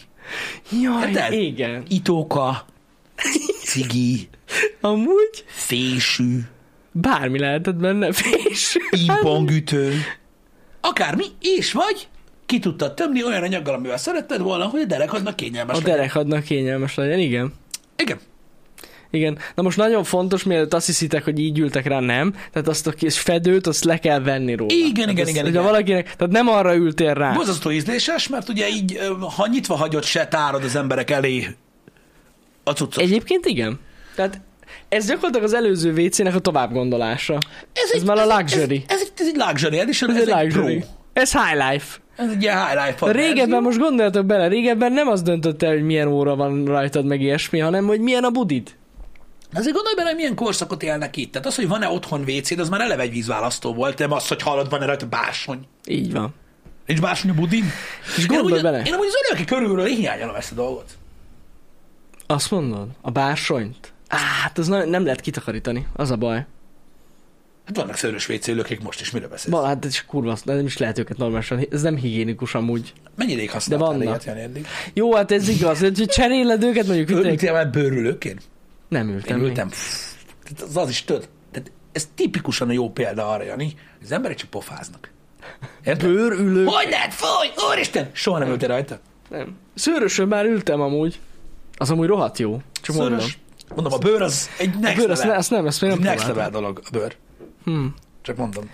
S2: Jaj,
S1: Érted?
S2: igen. [LAUGHS]
S1: Itóka, cigi,
S2: Amúgy
S1: fésű,
S2: bármi lehetett benne. [LAUGHS] Fés. Hát,
S1: pingpongütő, akármi, és vagy ki tudtad tömni olyan anyaggal, amivel szeretted volna, hogy a derekadnak kényelmes
S2: A
S1: legyen.
S2: derekadnak kényelmes legyen, igen.
S1: Igen.
S2: Igen. Na most nagyon fontos, mielőtt azt hiszitek, hogy így ültek rá, nem. Tehát azt a kis fedőt, azt le kell venni róla.
S1: Igen,
S2: tehát
S1: igen,
S2: azt,
S1: igen,
S2: Hogyha
S1: igen.
S2: valakinek, tehát nem arra ültél rá.
S1: Bozasztó ízléses, mert ugye így, ö, ha nyitva hagyod, se tárad az emberek elé a cuccot.
S2: Egyébként igen. Tehát ez gyakorlatilag az előző WC-nek a tovább gondolása. Ez,
S1: egy-
S2: már a
S1: ez-
S2: luxury.
S1: Ez, ez, egy, ez egy luxury edition,
S2: Ez,
S1: ez,
S2: ez,
S1: ez
S2: egy
S1: egy
S2: luxury.
S1: pro.
S2: Ez high life.
S1: Ez egy ilyen high life.
S2: Régebben most gondoljatok bele, régebben nem az döntött el, hogy milyen óra van rajtad, meg ilyesmi, hanem hogy milyen a budid.
S1: Azért gondolj bele, hogy milyen korszakot élnek itt. Tehát az, hogy van-e otthon wc az már eleve egy vízválasztó volt, nem az, hogy hallod, van-e rajta bársony.
S2: Így van.
S1: Nincs bársony a budin? És
S2: gondolj
S1: én amúgy,
S2: bele.
S1: Én amúgy az örökké körülről hiányolom ezt a dolgot.
S2: Azt mondod? A bársonyt? Á, hát az nagyon, nem lehet kitakarítani, az a baj.
S1: Hát vannak szörös WC ülők, akik most is miről beszélsz.
S2: Ba, hát ez is kurva, nem is lehet őket normálisan, ez nem higiénikus amúgy.
S1: Mennyi ideig
S2: De
S1: használtál
S2: vannak.
S1: ilyet, Jani, eddig?
S2: Jó, hát ez igaz, hogy cseréled őket, mondjuk vitték.
S1: Ültél már bőrülőként?
S2: Nem
S1: Én
S2: ültem.
S1: ültem. Pff, tehát Az, az is töd. Tehát ez tipikusan a jó példa arra, Jani, hogy az emberek csak pofáznak. Érted?
S2: Bőrülő.
S1: Hogy lehet? Fúj! Úristen! Soha nem ültél rajta.
S2: Nem. Szőrösön már ültem amúgy. Az amúgy rohadt jó. Csak mondom.
S1: Szörös. Mondom, a bőr az egy next
S2: Bőr, azt, ne,
S1: level.
S2: azt nem, azt még nem
S1: Next level
S2: próbáltam.
S1: dolog a bőr.
S2: Hmm.
S1: Csak mondom.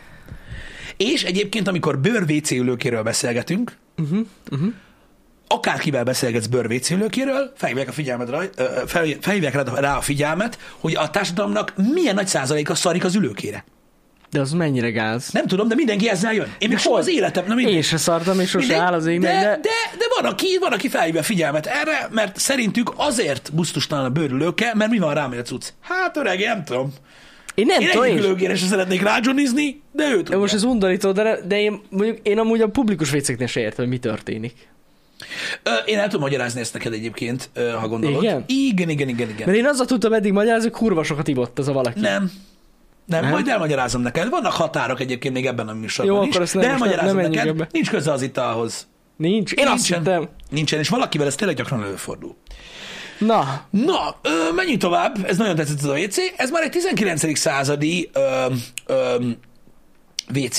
S1: És egyébként, amikor bőr WC ülőkéről beszélgetünk, uh-huh, uh-huh. akárkivel beszélgetsz bőr WC ülőkéről, felhívják, a figyelmed rá, ö, ö, fel- felhívják rád- rá a figyelmet, hogy a társadalomnak milyen nagy százaléka szarik az ülőkére.
S2: De az mennyire gáz.
S1: Nem tudom, de mindenki ezzel jön. Én még soha az életem, nem
S2: Én se szartam, és sose áll az égnek,
S1: de, de,
S2: de...
S1: de van, aki, van, aki felhívja a figyelmet erre, mert szerintük azért busztustalan a bőrülőke, mert mi van rám, hogy a cucc? Hát öreg, én nem tudom.
S2: Én nem
S1: Én
S2: tudom,
S1: egy
S2: én
S1: ülőkére sem szeretnék rádzsonizni, de ő
S2: De
S1: tudja.
S2: most ez undorító, de, de én, mondjuk én amúgy a publikus vécéknél se értem, hogy mi történik.
S1: Ö, Én el tudom magyarázni ezt neked egyébként, ö, ha gondolod.
S2: Igen?
S1: Igen, igen, igen, igen.
S2: Mert én azzal tudtam eddig magyarázni, hogy kurva sokat ivott az a valaki.
S1: Nem. Nem,
S2: Nem?
S1: nem, majd elmagyarázom neked. Vannak határok egyébként még ebben a műsorban
S2: Jó,
S1: is,
S2: akkor ezt nem-
S1: de
S2: most nem-
S1: elmagyarázom
S2: nem
S1: neked,
S2: menjünk ebbe.
S1: nincs köze az italhoz.
S2: Nincs. Én azt
S1: Nincsen.
S2: hittem.
S1: Nincsen, és valakivel ez tényleg gyakran előfordul.
S2: Na,
S1: Na, ö, menjünk tovább, ez nagyon tetszett az a WC, ez már egy 19. századi ö, ö, WC,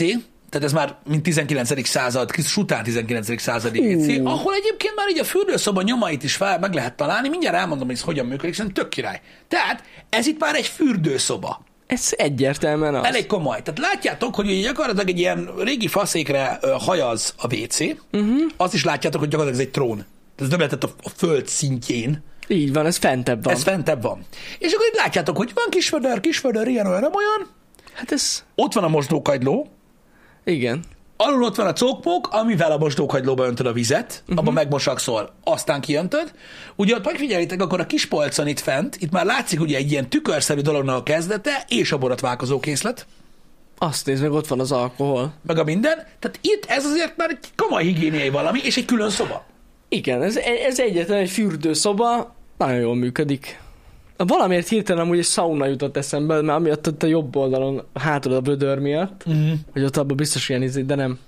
S1: tehát ez már mint 19. század, Krisztus után 19. századi WC, ahol egyébként már így a fürdőszoba nyomait is fel meg lehet találni, mindjárt elmondom, hogy ez hogyan működik, szerintem tök király. Tehát ez itt már egy fürdőszoba.
S2: ez egyértelműen az.
S1: Elég komoly. Tehát látjátok, hogy ugye gyakorlatilag egy ilyen régi faszékre ö, hajaz a WC, uh-huh. azt is látjátok, hogy gyakorlatilag ez egy trón. Tehát Ez nem lehetett a, a föld szintjén.
S2: Így van, ez fentebb van.
S1: Ez fentebb van. És akkor itt látjátok, hogy van kisvödör, kisvödör, ilyen olyan, olyan.
S2: Hát ez,
S1: Ott van a mosdókagyló,
S2: igen.
S1: alul ott van a cókmók, amivel a mosdókagylóba öntöd a vizet,
S2: Mhm.
S1: uh-huh. abban megmosakszol, aztán kijöntöd. Ugye ott megfigyelitek, akkor a kis polcon itt fent, itt már látszik ugye egy ilyen tükörszerű dolognak a kezdete, és a borotválkozó készlet,
S2: Azt nézd meg, ott van az alkohol.
S1: meg a minden. Tehát itt ez azért már egy komoly higiéniai valami, és egy külön szoba.
S2: Igen, ez, ez egyetlen egy fürdőszoba, nagyon jól működik. Valamiért hirtelen amúgy egy sauna jutott eszembe, mert amiatt ott a jobb oldalon, hátul a vödör miatt,
S1: Mm.
S2: hogy ott abban biztos ilyen izé, de nem.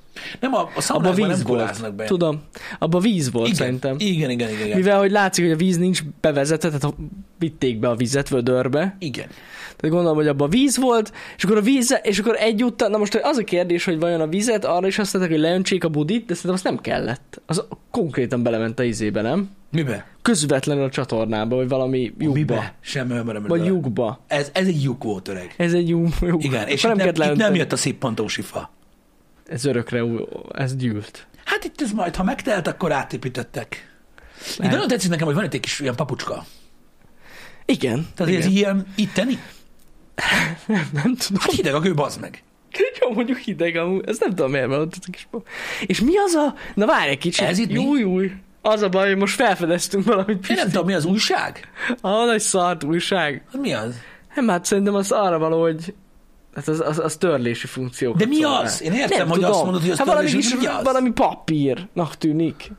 S1: Nem, a, a
S2: Abba
S1: szaunában
S2: víz
S1: nem
S2: volt.
S1: kuláznak be.
S2: Tudom, abban víz volt
S1: igen.
S2: szerintem.
S1: igen, igen, igen, igen.
S2: Mivel, hogy látszik, hogy a víz nincs bevezetve, tehát ha- vitték be a vizet vödörbe,
S1: Igen.
S2: tehát gondolom, hogy abban víz volt, és akkor a víz, és akkor egyúttal, na most az a kérdés, hogy vajon a vizet arra is használták, hogy leöntsék a budit, de szerintem azt nem kellett. Az konkrétan belement a izébe, nem?
S1: Mibe?
S2: közvetlenül a csatornába, vagy valami lyukba.
S1: Mibe? Sem ömöröm.
S2: Vagy lyukba.
S1: Ez, ez egy lyuk volt, öreg.
S2: Ez egy lyuk. lyuk.
S1: Igen, és itt nem,
S2: Akkor kellett
S1: itt nem
S2: leönteni.
S1: jött a szippantósi fa.
S2: Ez örökre, ú- ez gyűlt.
S1: Hát itt ez majd, ha megtelt, akkor átépítettek. Itt
S2: Lehet.
S1: nagyon tetszik nekem, hogy van itt egy kis ilyen papucska.
S2: Igen.
S1: Tehát
S2: igen.
S1: ez ilyen itteni?
S2: Nem tudom.
S1: Hát hideg a kő, bazd meg.
S2: Jó, mondjuk hideg amúgy. Ez nem tudom miért, mert ott a kis... pop. És mi az a... Na várj egy kicsit.
S1: Ez itt mi?
S2: Júj, júj. Az a baj, hogy most felfedeztünk valamit.
S1: Én
S2: Pisti.
S1: nem tudom, mi az újság?
S2: A nagy szart újság.
S1: Hát mi az?
S2: Nem, hát szerintem az arra való, hogy Hát az, az, az törlési funkció.
S1: De mi az? Én értem, hogy azt mondod, hogy az
S2: hát valami,
S1: törlési,
S2: kis,
S1: de mi az?
S2: valami papírnak tűnik.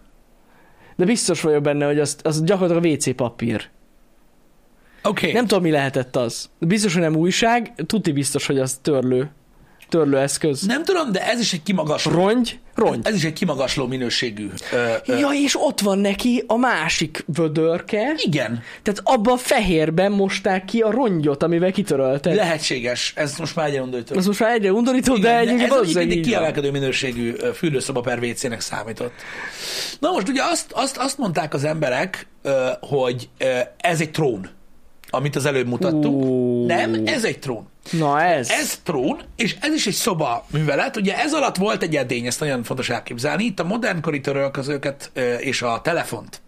S2: De biztos vagyok benne, hogy az, az gyakorlatilag a WC papír.
S1: Oké.
S2: Nem
S1: Okay.
S2: tudom, mi lehetett az. Biztos, hogy nem újság, tuti biztos, hogy az törlő. Törlőeszköz.
S1: Nem tudom, de ez is egy kimagasló.
S2: Rongy? Rongy.
S1: Ez is egy kimagasló minőségű. Ö, ö,
S2: Ja, és ott van neki a másik vödörke.
S1: igen,
S2: Tehát abban a fehérben mosták ki a rongyot, amivel kitöröltek.
S1: lehetséges. Ez most már egyre undorító.
S2: Ez most már egyre undorító,
S1: Igen,
S2: de egyébként
S1: ez egyébként
S2: valószínűleg
S1: egy
S2: így van.
S1: kiemelkedő minőségű ö, fürdőszoba per WC-nek számított. Na most ugye azt, azt, azt mondták az emberek, ö, hogy ö, ez egy trón, amit az előbb mutattuk.
S2: Ú.
S1: Nem, ez egy trón.
S2: Na ez.
S1: Ez trón, és ez is egy szoba művelet. Ugye ez alatt volt egy edény, ezt nagyon fontos elképzelni. Itt a modernkori törölközőket ö, és a telefont,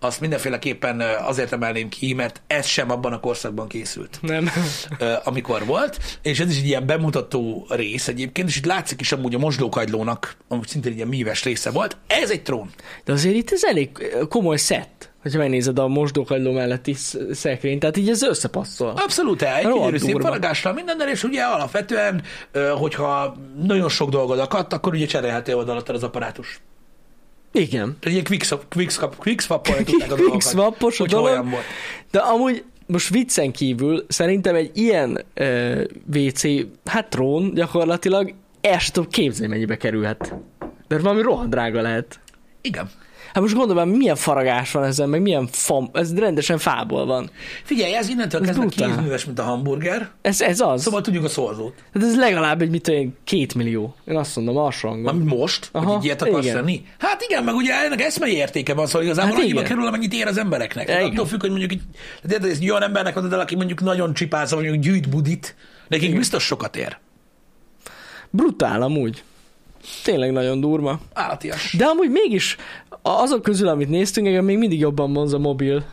S1: azt mindenféleképpen ö, azért emelném ki, mert ez sem abban a korszakban készült
S2: Nem.
S1: ö, amikor volt, és ez is egy ilyen bemutató rész egyébként, és itt látszik is amúgy a mosdókagylónak, amúgy szintén egy ilyen míves része volt. Ez egy trón.
S2: De azért itt ez elég ö, komoly szett, hogyha megnézed a mosdókagyló melletti sz- szekrényt, tehát így ez összepasszol.
S1: Abszolút el, egy
S2: Rohadt
S1: gyönyörű szép
S2: durva.
S1: faragásra mindennel, és ugye alapvetően, ö, hogyha nagyon sok dolgod akadt, akkor ugye cserélhető oldalattal az apparátus.
S2: Igen.
S1: Tehát ilyen quickswap- quickswap-
S2: [LAUGHS]
S1: quickswappolni tudták a dolgokat.
S2: Quickswappos a
S1: hogyha
S2: dolog.
S1: olyan volt.
S2: De amúgy most viccen kívül szerintem egy ilyen ö, WC, hát trón gyakorlatilag, el sem tudom képzelni, mennyibe kerülhet. De valami rohadt drága lehet.
S1: Igen.
S2: Hát most gondolom, milyen faragás van ezen, meg milyen fam, ez rendesen fából van.
S1: Figyelj, ez innentől
S2: Ez
S1: kezdve
S2: brutál.
S1: kézműves, mint a hamburger.
S2: Ez, ez az. Szóval...
S1: Szóval tudjuk a szorzót.
S2: Hát ez legalább egy mit tudom én, két millió. Én azt mondom, alsó hangon.
S1: Amit most, Aha,
S2: Aha,
S1: hogy így ilyet akarsz
S2: igen.
S1: tenni? Hát igen, meg ugye ennek eszmei értéke van, szóval igazából
S2: Hát
S1: hát annyiba
S2: igen.
S1: kerül, amennyit ér az embereknek. Hát
S2: Igen.
S1: attól függ, hogy mondjuk így, de érted, ez egy olyan embernek adod el, aki mondjuk nagyon csipász, vagy mondjuk gyűjt budit, nekik biztos sokat ér.
S2: Brutál amúgy. Tényleg nagyon durva.
S1: Állatias.
S2: De amúgy mégis a- azok közül, amit néztünk, engem még mindig jobban vonz a mobil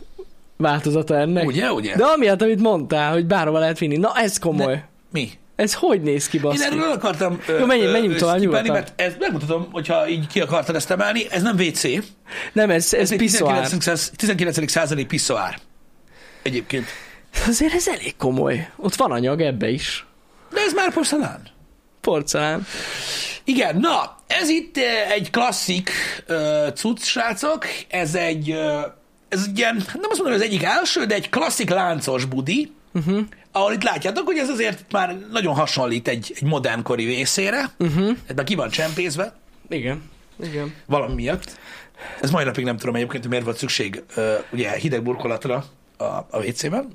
S2: változata ennek.
S1: Ugye, ugye?
S2: De amiatt, amit mondtál, hogy bárhova lehet vinni. Na ez komoly.
S1: De- Mi?
S2: Ez hogy néz ki,
S1: Én
S2: baszki?
S1: erről akartam ö,
S2: Jó, menjünk-
S1: ö,
S2: menjünk
S1: ö,
S2: tovább,
S1: skipelni,
S2: nyugodtan.
S1: mert ezt megmutatom, hogyha így ki akartad ezt emelni, ez nem WC, ez,
S2: Nem, ez, ez,
S1: egy
S2: ez piszoár.
S1: 19. 19. századi piszoár. Egyébként.
S2: Azért ez elég komoly. Ott van anyag ebbe is.
S1: De ez már porcelán.
S2: Porcelán.
S1: Igen, na, ez itt eh, egy klasszik uh, cucc, srácok. Ez egy, uh, ez egy ilyen, hát nem azt mondom, hogy az egyik első, de egy klasszik láncos budi, uh-huh. ahol itt látjátok, hogy ez azért már nagyon hasonlít egy, egy modernkori vészére. Uh-huh. Ez már ki van csempészve,
S2: Igen. Igen.
S1: valami miatt. Ez mai napig nem tudom egyébként, hogy miért volt szükség uh, ugye hideg burkolatra a, a WC-ben,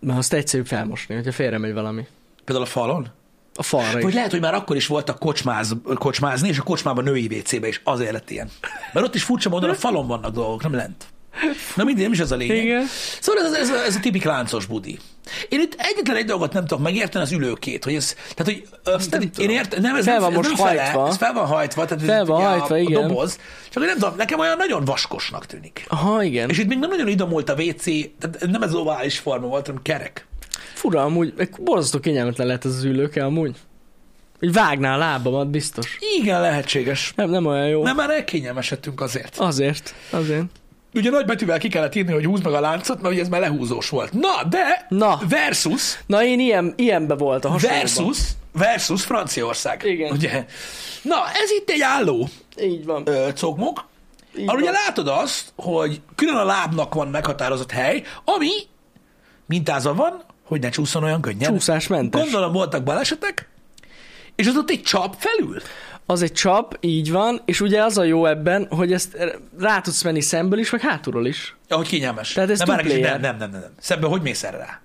S2: Mert azt egyszerű felmosni, hogyha félre megy valami.
S1: például a falon.
S2: A falra is.
S1: Vagy lehet, hogy már akkor is voltak kocsmáz, kocsmázni, és a kocsmában női WC-be is azért lett ilyen. Mert ott is furcsa módon a falon vannak dolgok, nem lent. Na mindig nem is ez a lényeg.
S2: Igen.
S1: Szóval ez, ez, a- ez a tipik láncos budi. Én itt egyetlen egy dolgot nem tudok megérteni, az ülőkét, hogy ez, tehát hogy azt nem, én értem, nem, ez
S2: Fel
S1: nem,
S2: van
S1: ez
S2: most
S1: nem
S2: hajtva.
S1: Fele, ez fel van hajtva, tehát
S2: Fel
S1: ez
S2: van
S1: ugye
S2: hajtva,
S1: a,
S2: igen.
S1: a doboz, csak hogy nem tudom, nekem olyan nagyon vaskosnak tűnik.
S2: Aha, igen.
S1: És itt még nem nagyon idomult a WC, tehát nem ez ovális forma volt, hanem kerek.
S2: Fura amúgy, meg borzasztó kényelmetlen lehet ez az ülőke amúgy. Így vágná a lábamat, biztos.
S1: Igen, lehetséges.
S2: Nem, nem olyan jó.
S1: Mert már elkényelmesedtünk azért.
S2: Azért, azért.
S1: Ugye nagybetűvel ki kellett írni, hogy húzd meg a láncot, mert ugye ez már lehúzós volt. Na, de
S2: Na.
S1: versus,
S2: Na én ilyen, ilyenbe volt a hasonlóban.
S1: versus, versus Franciaország.
S2: Igen.
S1: Ugye? Na, ez itt egy álló
S2: Így van.
S1: ö, cogmok.
S2: Így
S1: Ahol ugye
S2: van.
S1: látod azt, hogy külön a lábnak van meghatározott hely, ami mintázva van, hogy ne csúszson olyan könnyen.
S2: Csúszásmentes.
S1: Gondolom voltak balesetek, és az ott egy csap felül.
S2: Az egy csap, így van, és ugye az a jó ebben, hogy ezt rá tudsz menni szemből is, vagy hátulról is.
S1: Ahogy kényelmes.
S2: Tehát ez
S1: nem, már
S2: two
S1: nem,
S2: player.
S1: nem, nem, nem. Szemben hogy mész erre rá?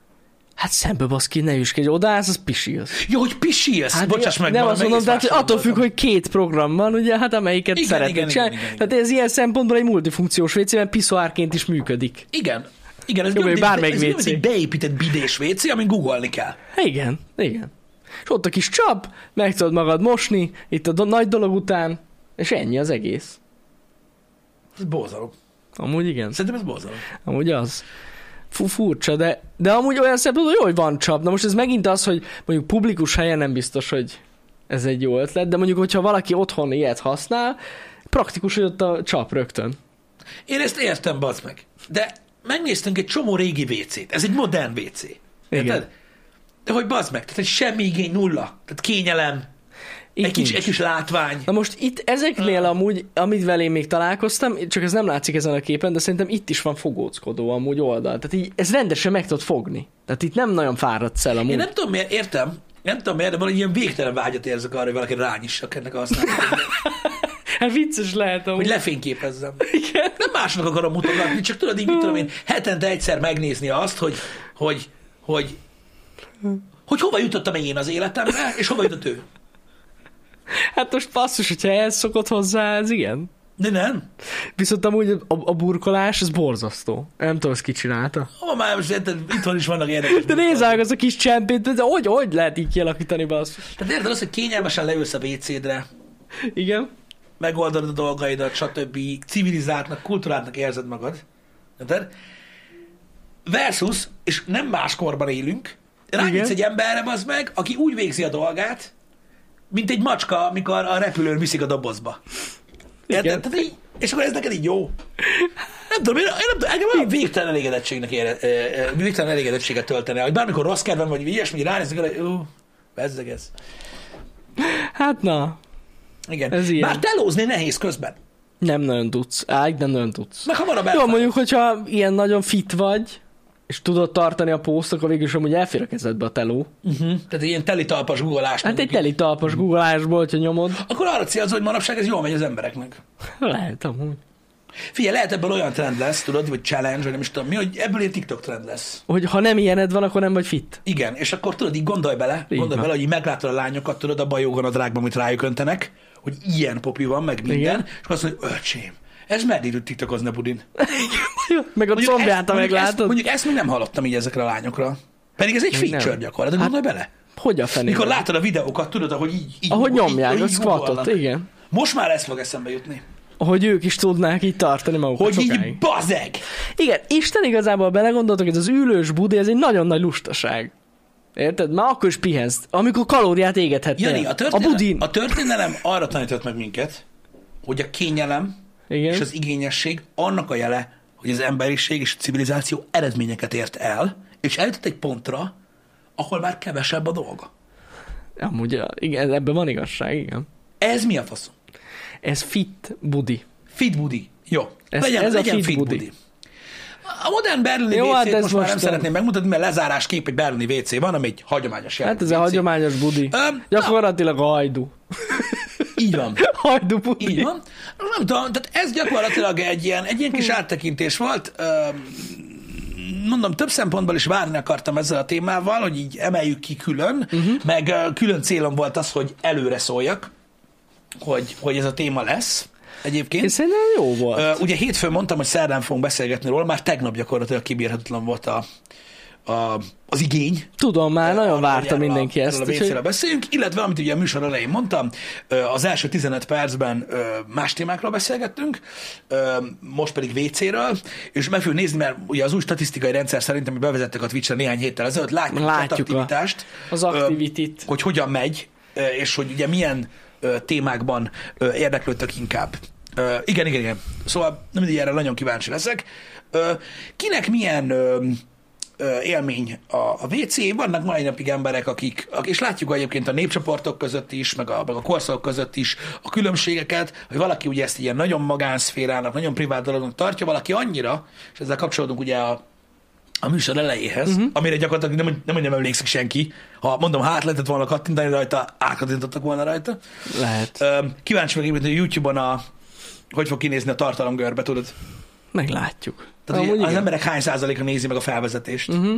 S2: Hát szembe basz ki, ne üskedj, odaállsz, az pisilsz.
S1: Jó, hogy pisilsz. Hát,
S2: Hát
S1: Bocsáss
S2: mi-
S1: meg.
S2: nem
S1: valami
S2: azt mondom,
S1: egész
S2: tehát hogy
S1: más
S2: attól
S1: gondoltam.
S2: függ, hogy két program van, ugye, hát amelyiket
S1: Igen,
S2: szeretnéd
S1: igen,
S2: csinálni.
S1: igen, igen, igen.
S2: Tehát ez ilyen szempontból egy multifunkciós WC, mert piszoárként is működik.
S1: Igen. Igen, ez
S2: Jó,
S1: mindig,
S2: vagy bármelyik
S1: ez mindig
S2: WC.
S1: egy beépített bidés WC, amin googolni kell.
S2: Hát Igen, igen. És ott a kis csap, meg tudod magad mosni, itt a do- nagy dolog után, és ennyi az egész.
S1: Ez borzalom.
S2: Amúgy igen,
S1: Szerintem ez borzalom.
S2: amúgy az. Fú, furcsa, de, de amúgy olyan szempontból jó, hogy van csap. Na most ez megint az, hogy mondjuk publikus helyen nem biztos, hogy ez egy jó ötlet, de mondjuk, hogyha valaki otthon ilyet használ, praktikus, hogy ott a csap rögtön.
S1: Én ezt értem, bazd meg. De megnéztünk egy csomó régi WC-t. Ez egy modern WC. Érted?
S2: Igen.
S1: De hogy bazd meg, tehát egy semmi igény nulla. Tehát kényelem, egy kis,
S2: nincs.
S1: egy kis látvány.
S2: Na most itt ezeknél
S1: Ah.
S2: amúgy, amit velém még találkoztam, csak ez nem látszik ezen a képen, de szerintem itt is van fogóckodó amúgy oldal. Tehát így, ez rendesen meg tudod fogni. Tehát itt nem nagyon fáradsz el amúgy.
S1: Én nem tudom miért, értem, nem tudom miért, de van egy ilyen végtelen vágyat érzek arra, hogy valaki rányissak ennek a
S2: [LAUGHS]
S1: használatot,
S2: [LAUGHS] Hát vicces lehet amúgy.
S1: hogy lefényképezzem.
S2: Igen.
S1: Nem másnak akarom mutogatni, csak tudod így, mit tudom én, hetente egyszer megnézni azt, hogy, hogy, hogy, hogy hova jutottam én az életembe, és hova jutott ő.
S2: Hát most passzus, hogyha ehhez szokott hozzá, ez igen.
S1: De nem.
S2: Viszont amúgy a, a burkolás, ez borzasztó. Nem tudom, ezt ki csinálta.
S1: Ó, már most érted, itthon is vannak érdekes.
S2: De nézd meg az a kis csempét, de hogy, hogy lehet így kialakítani, basszus?
S1: Tehát érted azt, hogy kényelmesen leülsz a WC-dre,
S2: Igen.
S1: megoldod a dolgaidat, stb. civilizáltnak, kultúrátnak érzed magad. Érted? Versus, és nem más korban élünk, rányítsz
S2: Igen.
S1: egy emberre az meg, aki úgy végzi a dolgát, mint egy macska, amikor a repülőn viszik a dobozba. Érted?
S2: Igen.
S1: Tehát így, és akkor ez neked így jó. Nem tudom, én, én nem tudom, engem olyan végtelen elégedettségnek ére, ö, ö, végtelen elégedettséget töltene, hogy bármikor rossz kedvem, vagy ilyesmi, ránézek, arra, hogy ú, bezzeg ez.
S2: Hát na,
S1: Igen.
S2: Ez ilyen.
S1: Már telózni nehéz közben.
S2: nem nagyon tudsz. Á, így nem nagyon tudsz.
S1: Meg hamarabb
S2: Jó,
S1: elfáradsz.
S2: mondjuk, hogyha ilyen nagyon fit vagy, és tudod tartani a pószt, akkor végül is amúgy elfér a kezedbe a teló.
S1: Uh-huh. Tehát ilyen teli talpas googolás.
S2: Hát egy teli talpas googleásból, hogyha nyomod.
S1: Akkor arra célzol, hogy manapság ez jól megy az embereknek.
S2: Lehet amúgy.
S1: Figyelj, lehet ebből olyan trend lesz, tudod, vagy challenge, vagy nem is tudom mi, hogy ebből egy TikTok trend lesz.
S2: Hogy ha nem ilyened van, akkor nem vagy fit.
S1: Igen, és akkor tudod, így gondolj bele,
S2: Így
S1: gondolj
S2: van.
S1: bele, hogy így meglátod a lányokat, tudod, abban a jógonadrágban, amit rájuk öntenek, hogy ilyen popi van, meg minden, Igen.
S2: Igen.
S1: és akkor azt mondja, hogy öcsém, ez meddig tud tiktokozni a budin?
S2: Meg a combját, ha
S1: mondjuk, ezt,
S2: meglátod.
S1: mondjuk ezt még nem hallottam így ezekre a lányokra. Pedig ez egy
S2: Még nem. Hát
S1: feature gyakorlatilag, gondolj bele.
S2: Hogy a fenében?
S1: Mikor látod a videókat, tudod, ahogy így, így
S2: Ahogy
S1: így-
S2: nyomják
S1: így
S2: a squatot,
S1: googolnak.
S2: igen.
S1: Most már ez fog eszembe jutni.
S2: Hogy ők is tudnák így tartani magukat
S1: Hogy
S2: sokáig.
S1: így bazeg!
S2: Igen, Isten igazából belegondoltok, ez az ülős budi, ez egy nagyon nagy lustaság. Érted? Már akkor is pihensz, amikor kalóriát égethetnél.
S1: Jani, a
S2: a
S1: történelem,
S2: budin.
S1: a történelem arra tanított meg minket, hogy a kényelem
S2: Igen.
S1: és az igényesség annak a jele, hogy az emberiség és a civilizáció eredményeket ért el, és eljutott egy pontra, ahol már kevesebb a dolga.
S2: Amúgy, igen, ebben van igazság, igen.
S1: Ez mi a faszom?
S2: Ez fit budi.
S1: Fit budi. Jó.
S2: Ez-
S1: legyen,
S2: ez a
S1: legyen
S2: fit
S1: fit
S2: budi.
S1: budi. A modern berlini
S2: Jó,
S1: WC-t
S2: hát ez
S1: most már nem
S2: most-
S1: szeretném megmutatni, mert lezárásképp egy berlini WC van, ami egy hagyományos
S2: Hát ez
S1: jellegű
S2: a
S1: WC.
S2: hagyományos budi.
S1: Öm,
S2: Gyakorlatilag a hajdu. [LAUGHS]
S1: Így van.
S2: hajdu budi.
S1: Így van. Nem tudom, tehát ez gyakorlatilag egy ilyen, egy ilyen
S2: Hmm.
S1: kis áttekintés volt. Öm, Mondom, több szempontból is várni akartam ezzel a témával, hogy így emeljük ki külön,
S2: Hmm.
S1: uh-huh. meg ö, külön célom volt az, hogy előre szóljak, hogy, hogy ez a téma lesz
S2: Én
S1: egyébként.
S2: szerintem jó volt.
S1: Ö, Ugye hétfőn mondtam, hogy szerdán fogunk beszélgetni róla, már tegnap gyakorlatilag kibírhatatlan volt a, a, az igény,
S2: Tudom már, nagyon várta
S1: Erről a-
S2: mindenki ezt.
S1: Erről a
S2: úgyhogy-
S1: WC-ről beszéljünk, illetve amit ugye a műsor elején mondtam, ö, az első 15 percben ö, más témákról beszélgettünk, ö, most pedig WC-ről, és meg fogjuk nézni, mert ugye az új statisztikai rendszer szerint, amit bevezettek a Twitch-re néhány héttel ezelőtt, látjuk,
S2: Látjuk
S1: a
S2: a-
S1: aktivitást,
S2: az
S1: ö,
S2: activity-t.
S1: hogy hogyan megy ö, és hogy ugye milyen ö, témákban ö, érdeklődtök inkább. Ö, igen, igen, igen. Szóval nem mindig erre nagyon kíváncsi leszek. Ö, kinek milyen ö, ö, élmény a, a WC, vannak mai napig emberek, akik, ak- és látjuk egyébként a népcsoportok között is, meg a, meg a korszakok között is a különbségeket, hogy valaki ugye ezt ilyen nagyon magánszférának, nagyon privát dolognak tartja, valaki annyira, és ezzel kapcsolódunk ugye a, a műsor elejéhez,
S2: Mhm.
S1: uh-huh. amire gyakorlatilag nem, nem, hogy nem emlékszik senki. Ha mondom, hát lehetett volna kattintani rajta, átkattintottak volna rajta.
S2: Lehet.
S1: Ö, kíváncsi meg egyébként, hogy YouTube-on a, hogy fog kinézni a tartalomgörbe, tudod?
S2: Meglátjuk.
S1: Tehát hogy
S2: Amúgy
S1: az
S2: igen.
S1: emberek hány százaléka nézi meg a felvezetést?
S2: Mhm.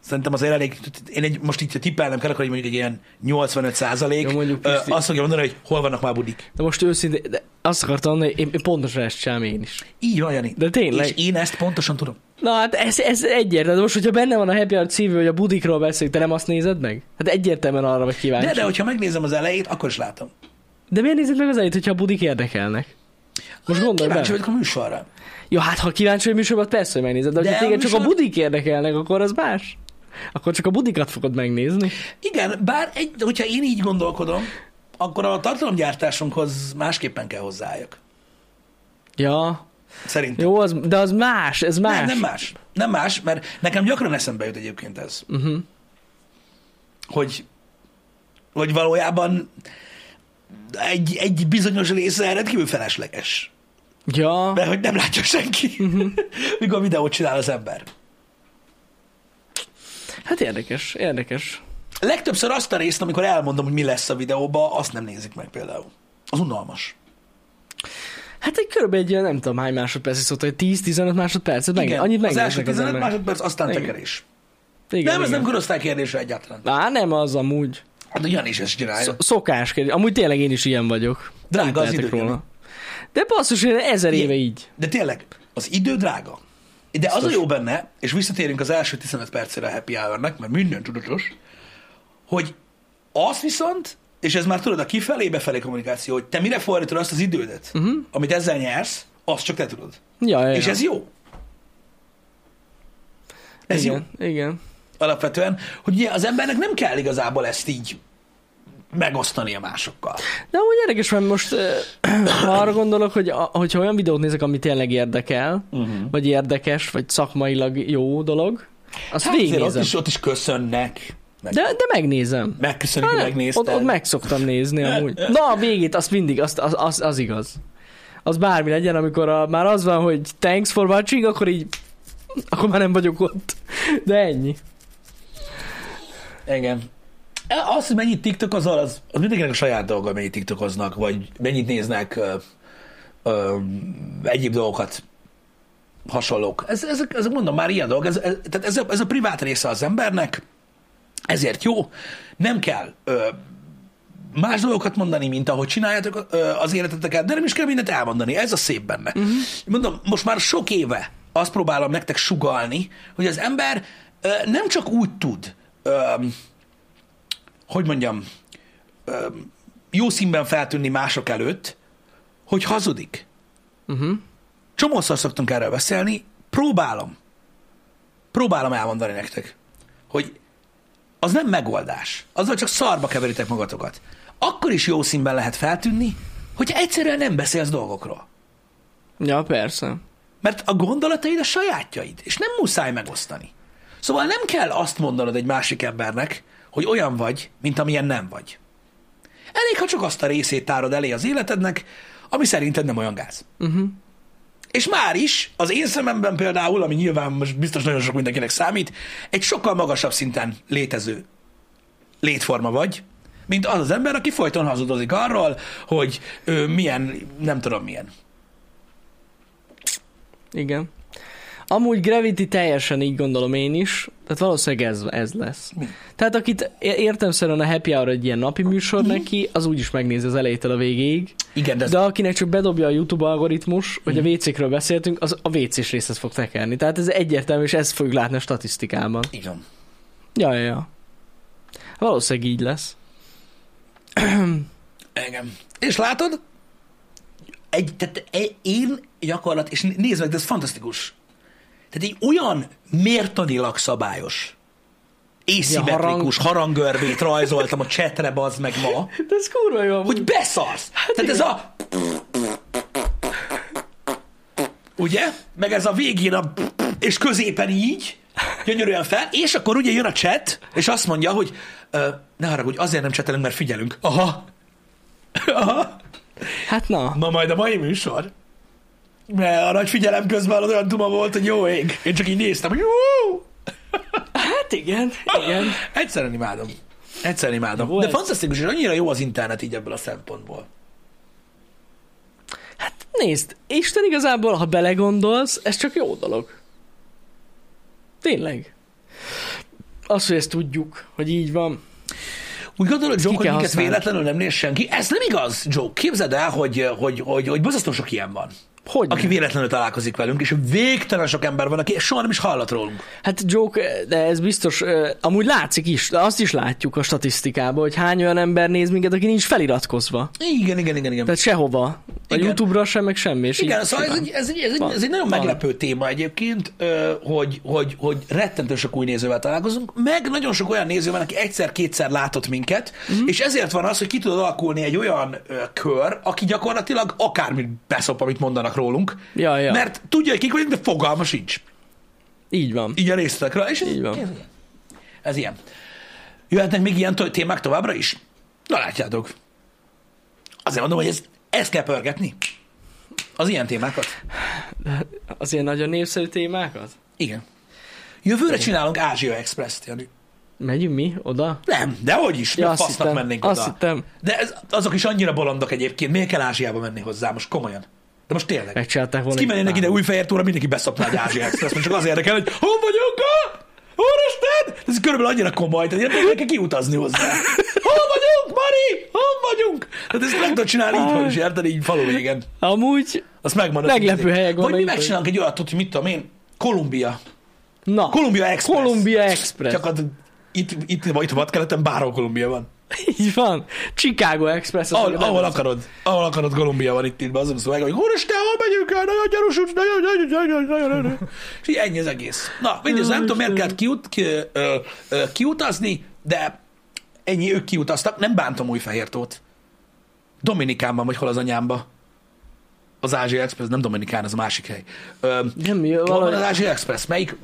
S1: Szerintem azért elég, én egy, most így ha tippelnem kell, akkor mondjuk egy ilyen 85 százalék.
S2: Jó, mondjuk, Pisti.
S1: azt fogja mondani, hogy hol vannak már budik.
S2: De most őszintén, de azt akartam mondani, hogy én, én pontosan ezt sem én is.
S1: Így van, Jani.
S2: De tényleg.
S1: És én ezt pontosan tudom.
S2: Na hát ez, ez egyértelmű. De most, hogyha benne van a Happy Hour című, hogy a budikról beszélünk, te nem azt nézed meg? Hát egyértelműen arra vagy kíváncsi.
S1: De, de hogyha megnézem az elejét, akkor is látom.
S2: de miért nézed meg az elejét, hogyha a budik érdekelnek? Most gondolj
S1: Kíváncsi
S2: bele.
S1: vagyok a műsorra.
S2: Jó, hát ha kíváncsi vagy műsorban, persze, hogy megnézed. De,
S1: De
S2: de hogyha téged
S1: a
S2: csak a
S1: műsor-
S2: budik érdekelnek, akkor az más. Akkor csak a budikat fogod megnézni.
S1: Igen, bár egy, hogyha én így gondolkodom, akkor a tartalomgyártásunkhoz másképpen kell hozzájuk.
S2: Ja,
S1: Szerintem.
S2: jó, az, de az más, ez más.
S1: Nem, nem más. Nem más, mert nekem gyakran eszembe jut egyébként ez.
S2: Uh-huh.
S1: hogy, hogy valójában egy, egy bizonyos része rendkívül felesleges.
S2: Ja,
S1: Mert hogy nem látja senki,
S2: Mhm.
S1: [LAUGHS] mikor videót csinál az ember.
S2: hát érdekes, érdekes.
S1: Legtöbbször azt a részt, amikor elmondom, hogy mi lesz a videóba, azt nem nézik meg például. Az unalmas.
S2: Hát egy körülbelül egy ilyen, nem tudom hány másodperc is szólt, hogy 10-15 másodpercet meg, annyit
S1: az első
S2: megnéznek az
S1: 15
S2: emberek.
S1: másodperc, aztán
S2: Igen.
S1: tekerés.
S2: Igen,
S1: nem, ez
S2: igen.
S1: nem korosztály kérdése egyáltalán.
S2: Á, nem az amúgy.
S1: Hát ugyan is ezt csinálja.
S2: Sz- Szokás kérdés. Amúgy tényleg én is ilyen vagyok.
S1: Drága
S2: Nem
S1: az
S2: tehetek
S1: idő, Jani.
S2: De basszus, én ezer
S1: Igen.
S2: éve így.
S1: De tényleg, az idő drága. De az a
S2: Biztos.
S1: jó benne, és visszatérünk az első 15 percére a happy hour mert minden tudatos, hogy az viszont, és ez már tudod a kifelé-befelé kommunikáció, hogy te mire fordítod azt az idődet,
S2: Mhm.
S1: uh-huh. amit ezzel nyersz, azt csak te tudod.
S2: Ja, ja, ja.
S1: És ez jó. Ez jó
S2: igen, igen.
S1: alapvetően, hogy ugye az embernek nem kell igazából ezt így megosztani a másokkal.
S2: De amúgy érdekes, mert most ö, ha arra gondolok, hogy a, hogyha olyan videót nézek, ami tényleg érdekel,
S1: Mhm.
S2: uh-huh. vagy érdekes, vagy szakmailag jó dolog, azt
S1: azért
S2: hát,
S1: ott
S2: végignézem.
S1: is, ott is köszönnek. Meg,
S2: De, de megnézem.
S1: Megköszönjük, hogy
S2: Hát,
S1: megnézted.
S2: Ott, ott meg szoktam nézni amúgy. Na, a végét, azt mindig, azt, az, az, az igaz. Az bármi legyen, amikor a, már az van, hogy thanks for watching, akkor így, akkor már nem vagyok ott. De ennyi.
S1: Igen. E, Az, hogy mennyit tiktokozol, az, az mindenkinek a saját dolga, mennyit tiktokoznak, vagy mennyit néznek ö, ö, egyéb dolgokat, hasonlók. Ez, ezek, ezek mondom, már ilyen dolgok. Ez, ez, tehát ez, a, ez a privát része az embernek, ezért jó. Nem kell ö, más dolgokat mondani, mint ahogy csináljátok ö, az életeteket, de nem is kell mindent elmondani. Ez a szép benne. Uh-huh. Mondom, most már sok éve azt próbálom nektek sugalni, hogy az ember ö, nem csak úgy tud, ö, hogy mondjam, ö, jó színben feltűnni mások előtt, hogy hazudik.
S2: Uh-huh.
S1: Csomószor szoktunk erről beszélni, próbálom, próbálom elmondani nektek, hogy az nem megoldás. Azzal csak szarba keveritek magatokat. Akkor is jó színben lehet feltűnni, hogyha egyszerűen nem beszélsz dolgokról.
S2: Ja, persze.
S1: Mert a gondolataid a sajátjaid, és nem muszáj megosztani. Szóval nem kell azt mondanod egy másik embernek, hogy olyan vagy, mint amilyen nem vagy. Elég, ha csak azt a részét tárod elé az életednek, ami szerinted nem olyan gáz.
S2: Uh-huh.
S1: És már is, az én szememben például, ami nyilván most biztos nagyon sok mindenkinek számít, egy sokkal magasabb szinten létező létforma vagy, mint az az ember, aki folyton hazudozik arról, hogy ő milyen, nem tudom milyen.
S2: Igen. Amúgy Gravity teljesen így gondolom én is, tehát valószínűleg ez, ez lesz.
S1: Mi?
S2: Tehát akit é- értemszerűen a Happy Hour egy ilyen napi műsor neki, az úgyis megnézi az elejétől a végéig.
S1: Igen, de,
S2: Mhm. De Mhm. akinek csak bedobja a YouTube algoritmus, hogy a WC-kről beszéltünk, az a WC-s részhez fog tekerni. Tehát ez egyértelmű, és ezt fogjuk látni a statisztikában.
S1: így van.
S2: Ja, ja, ja. Valószínűleg így lesz.
S1: Igen. És látod, egy, tehát e- én gyakorlat, és né- nézd meg, de ez fantasztikus. Tehát egy olyan mértanilag szabályos észimetrikus harangörbét rajzoltam a csetre, bazd meg ma,
S2: De Hát ez kurva jó. amúgy.
S1: hogy beszarsz. Tehát ez a... Ugye? Meg ez a végén a... És középen így, gyönyörűen fel, és akkor ugye jön a chat, és azt mondja, hogy ö, ne haragudj, azért nem csetelünk, mert figyelünk. Aha. Aha.
S2: Hát na.
S1: Na majd a mai műsor. Mert a nagy figyelem közben az olyan duma volt, hogy jó ég. Én csak így néztem, hogy jó.
S2: Hát igen, igen.
S1: Egyszerűen imádom. Egyszerűen imádom.
S2: Volt.
S1: De fantasztikus, és annyira jó az internet így ebből a szempontból.
S2: Hát nézd, Isten igazából, ha belegondolsz, ez csak jó dolog. Tényleg. Az, hogy ezt tudjuk, hogy így van.
S1: Úgy gondolod, Joe,
S2: ki
S1: hogy
S2: kell
S1: minket
S2: használni.
S1: véletlenül nem néz senki? Ez nem igaz, Joe. Képzeld el, hogy, hogy, hogy, hogy bozasztó sok ilyen van.
S2: Hogy
S1: Aki
S2: nem?
S1: véletlenül találkozik velünk, és végtelen sok ember van, aki soha nem is hallott rólunk.
S2: Hát joke, de ez biztos, ö, amúgy látszik is, de azt is látjuk a statisztikában, hogy hány olyan ember néz minket, aki nincs feliratkozva.
S1: Igen, igen, igen, igen.
S2: Tehát sehova. A
S1: Igen.
S2: YouTube-ra sem, meg semmi. És
S1: Igen,
S2: így
S1: szóval ez
S2: simán.
S1: egy, ez, egy, ez, egy,
S2: Van.
S1: ez egy nagyon
S2: Van.
S1: meglepő téma egyébként, ö, hogy, hogy, hogy rettentő sok új nézővel találkozunk, meg nagyon sok olyan néző van, aki egyszer-kétszer látott minket,
S2: Mhm.
S1: uh-huh. és ezért van az, hogy ki tudod alakulni egy olyan ö, kör, aki gyakorlatilag akármit beszop, amit mondanak rólunk,
S2: Ja, ja.
S1: mert tudja, hogy kik vagyunk, de fogalma sincs.
S2: Így van.
S1: Így a részletekről, és ez,
S2: Így van.
S1: ez ilyen. Ez ilyen. Jöhetnek még ilyen to- témák továbbra is? Na látjátok. Azért mondom, hogy ez, ezt kell pörgetni. Az ilyen témákat.
S2: Az ilyen nagyon népszerű témákat?
S1: Igen. Jövőre csinálunk Ázsia Express-t, Jani.
S2: Megyünk mi oda?
S1: Nem, de hogy is, ja,
S2: azt
S1: fasznak
S2: hittem,
S1: mennénk
S2: azt
S1: oda.
S2: hittem.
S1: De ez, azok is annyira bolondok egyébként, miért kell Ázsiába menni hozzá, most komolyan. De most tényleg.
S2: Megcsinálták volna. egy
S1: Kimennének ide
S2: pár-
S1: új fehértóra, mindenki beszopná egy Ázsia Express, most csak az érdekel, hogy hol vagyunk, ha? Úristen! Ez körülbelül annyira komoly, tehát nem kell kiutazni hozzá. Hol vagyunk, Mari? Hol vagyunk? Tehát ezt meg tudod csinálni így, hogy is érted, így falu végen.
S2: Amúgy,
S1: Azt megmondod.
S2: Meglepő helyek
S1: Vagy mi
S2: vannak,
S1: megcsinálunk egy olyat, hogy mit tudom én, Kolumbia.
S2: na,
S1: Kolumbia Express.
S2: Kolumbia [LAUGHS] Express.
S1: Csak az, itt, itt, itt, itt vadkeleten bárhol Kolumbia van.
S2: Így van. Chicago Express. az
S1: Ahol,
S2: ugye
S1: ahol
S2: benne-
S1: akarod. Ahol akarod, Kolumbia van itt, itt azon szóval, hogy úristen, hol megyünk el, nagyon gyanús, út, nagyon, nagyon, nagyon, nagyon, nagyon, nagyon. És így ennyi az egész. Na, mindegy, nem tudom, miért kellett kiut, ki, ö, ö, kiutazni, de ennyi ők kiutaztak, nem bántam Újfehértót. Dominikánban, vagy hol az anyámba. Az Ázsia Express, nem Dominikán, az a másik hely. Ö,
S2: Nem, jó,
S1: Hol van az
S2: valahogy...
S1: Ázsia Express? Melyik,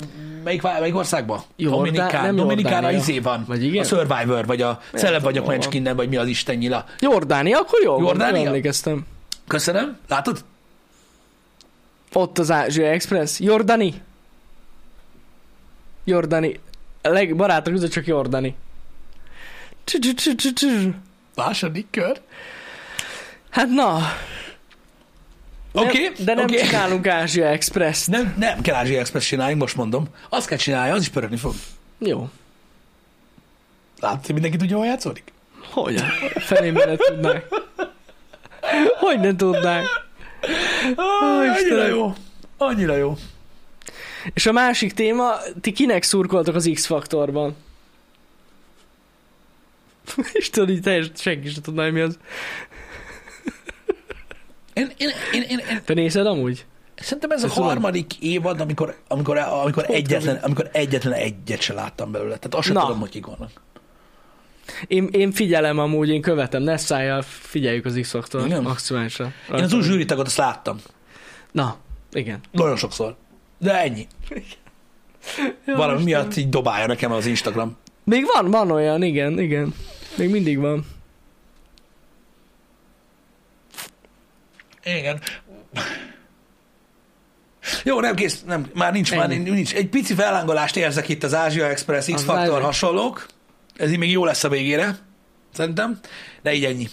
S1: melyik, vá- melyik országban?
S2: Jordá-
S1: Dominikán,
S2: nem
S1: Dominikán a
S2: Jordánia.
S1: izé van.
S2: Vagy igen?
S1: A Survivor, vagy a Celeb vagyok
S2: hol van.
S1: Manchkinnen, vagy mi az Isten nyila.
S2: Jordánia, akkor jó.
S1: Jordánia?
S2: Jordánia? Emlékeztem.
S1: Köszönöm. Látod?
S2: Ott az Ázsia Express. Jordani. Jordani. A leg, barátok között csak Jordani. Csü, csü, csü, csü, csü.
S1: Második kör.
S2: Hát na,
S1: Oké,
S2: nem, de nem
S1: oké.
S2: csinálunk Ázsia express
S1: Nem, nem kell Ázsia Express csinálni, most mondom. Azt kell csinálja, az is pörögni fog.
S2: Jó.
S1: Látod, hogy mindenki tudja, hol játszódik?
S2: Hogyan? Fenémben ne tudnák. Hogy ne tudnák?
S1: Ah, annyira
S2: Istenem.
S1: jó. Annyira jó.
S2: És a másik téma, ti kinek szurkoltok az X-faktorban? [LAUGHS] Isten, így teljesen senki sem tudná, hogy mi az.
S1: Én, én, én, én, én
S2: Te nézed amúgy?
S1: szerintem ez a
S2: Ezt tudom.
S1: harmadik évad, amikor, amikor, amikor,
S2: Pont,
S1: egyetlen, amikor egyetlen egyet se láttam belőle. Tehát azt sem
S2: Na.
S1: tudom, hogy kik vannak.
S2: Én, én figyelem amúgy, én követem, ne szálljál, figyeljük az X-faktor
S1: Igen.
S2: maximálisan.
S1: Én az új zsűritagot azt láttam.
S2: Na, igen.
S1: Nagyon sokszor. De ennyi. Valami miatt így dobálja nekem az Instagram.
S2: Még van, van olyan, igen, igen. Még mindig van.
S1: Igen. [LAUGHS] Jó, nem kész, nem, már nincs, már
S2: Ennyi.
S1: nincs. Egy pici fellángolást érzek itt az Ázsia Express,
S2: Az
S1: X-Factor
S2: Ázsia-
S1: hasonlók. Ez így még jó lesz a végére, szerintem. De így ennyi.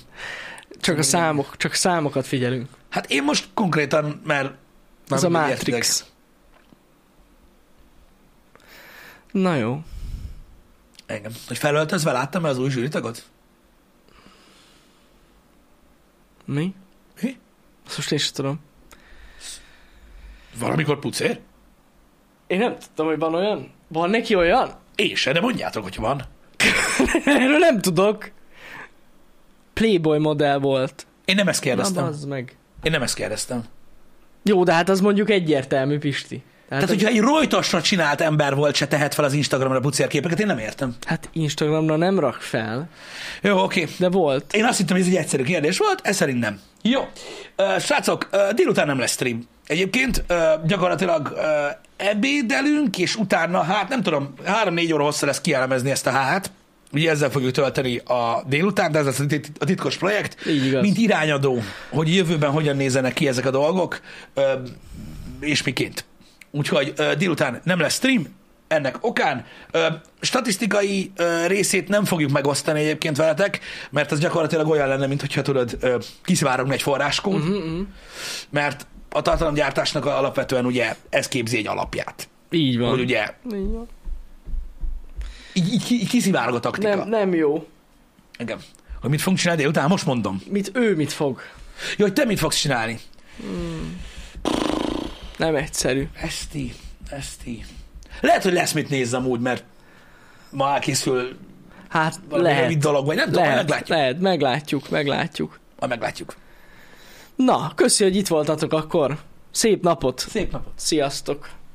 S2: Csak a számok, csak számokat figyelünk.
S1: Hát én most konkrétan, mert
S2: Ez
S1: már
S2: a
S1: mindig
S2: Matrix. Na jó.
S1: értitek Engem. Hogy felöltözve láttam el az új zsűritagot?
S2: Mi?
S1: Mi?
S2: Azt most én sem tudom.
S1: Valamikor pucér?
S2: Én nem tudtam, hogy van olyan. Van neki olyan? [LAUGHS]
S1: Én se, de mondjátok, hogy van.
S2: Erről nem tudok. Playboy modell volt.
S1: Én nem ezt
S2: Na, Hát
S1: kérdeztem.
S2: az meg.
S1: Én nem ezt kérdeztem.
S2: Jó, de hát az mondjuk egyértelmű, Pisti.
S1: Tehát, hogyha egy rojtosra csinált ember volt, se tehet fel az Instagramra pucérképeket, én nem értem.
S2: Hát Instagramra nem rak fel,
S1: Jó, oké.
S2: de volt.
S1: Én azt hittem, hogy ez egy egyszerű kérdés volt, ez szerint nem. Jó. Ö, Srácok, ö, délután nem lesz stream. Egyébként ö, gyakorlatilag ö, ebédelünk, és utána, hát nem tudom, 3-4 óra hosszra lesz kielemezni ezt a hát. Ugye ezzel fogjuk tölteni a délután, de ez lesz a tit- a titkos projekt.
S2: Így igaz.
S1: Mint irányadó, hogy jövőben hogyan nézzenek ki ezek a dolgok, ö, és miként. Úgyhogy ö, délután nem lesz stream, ennek okán. Ö, statisztikai ö, részét nem fogjuk megosztani egyébként veletek, mert ez gyakorlatilag olyan lenne, mintha tudod, ö, kiszivárogna egy forráskód,
S2: Mhm,
S1: uh-huh. mert a tartalomgyártásnak alapvetően ugye ez képzi egy alapját.
S2: Így van.
S1: Hogy ugye
S2: Így van.
S1: így, így, ki- így kiszivárog a taktika.
S2: Nem, nem jó.
S1: Igen. Hogy mit fogunk csinálni délután, most mondom.
S2: Mit ő mit fog?
S1: Jó, hogy te mit fogsz csinálni?
S2: Nem egyszerű.
S1: Eszti, Eszti. Lehet, hogy lesz mit nézzem úgy, mert ma elkészül
S2: Hát
S1: valami
S2: lehet.
S1: rövid dolog, vagy nem tudom, majd
S2: lehet,
S1: meglátjuk.
S2: lehet, meglátjuk, meglátjuk.
S1: Majd meglátjuk.
S2: Na, köszi, hogy itt voltatok akkor. Szép napot.
S1: Szép napot!
S2: Sziasztok.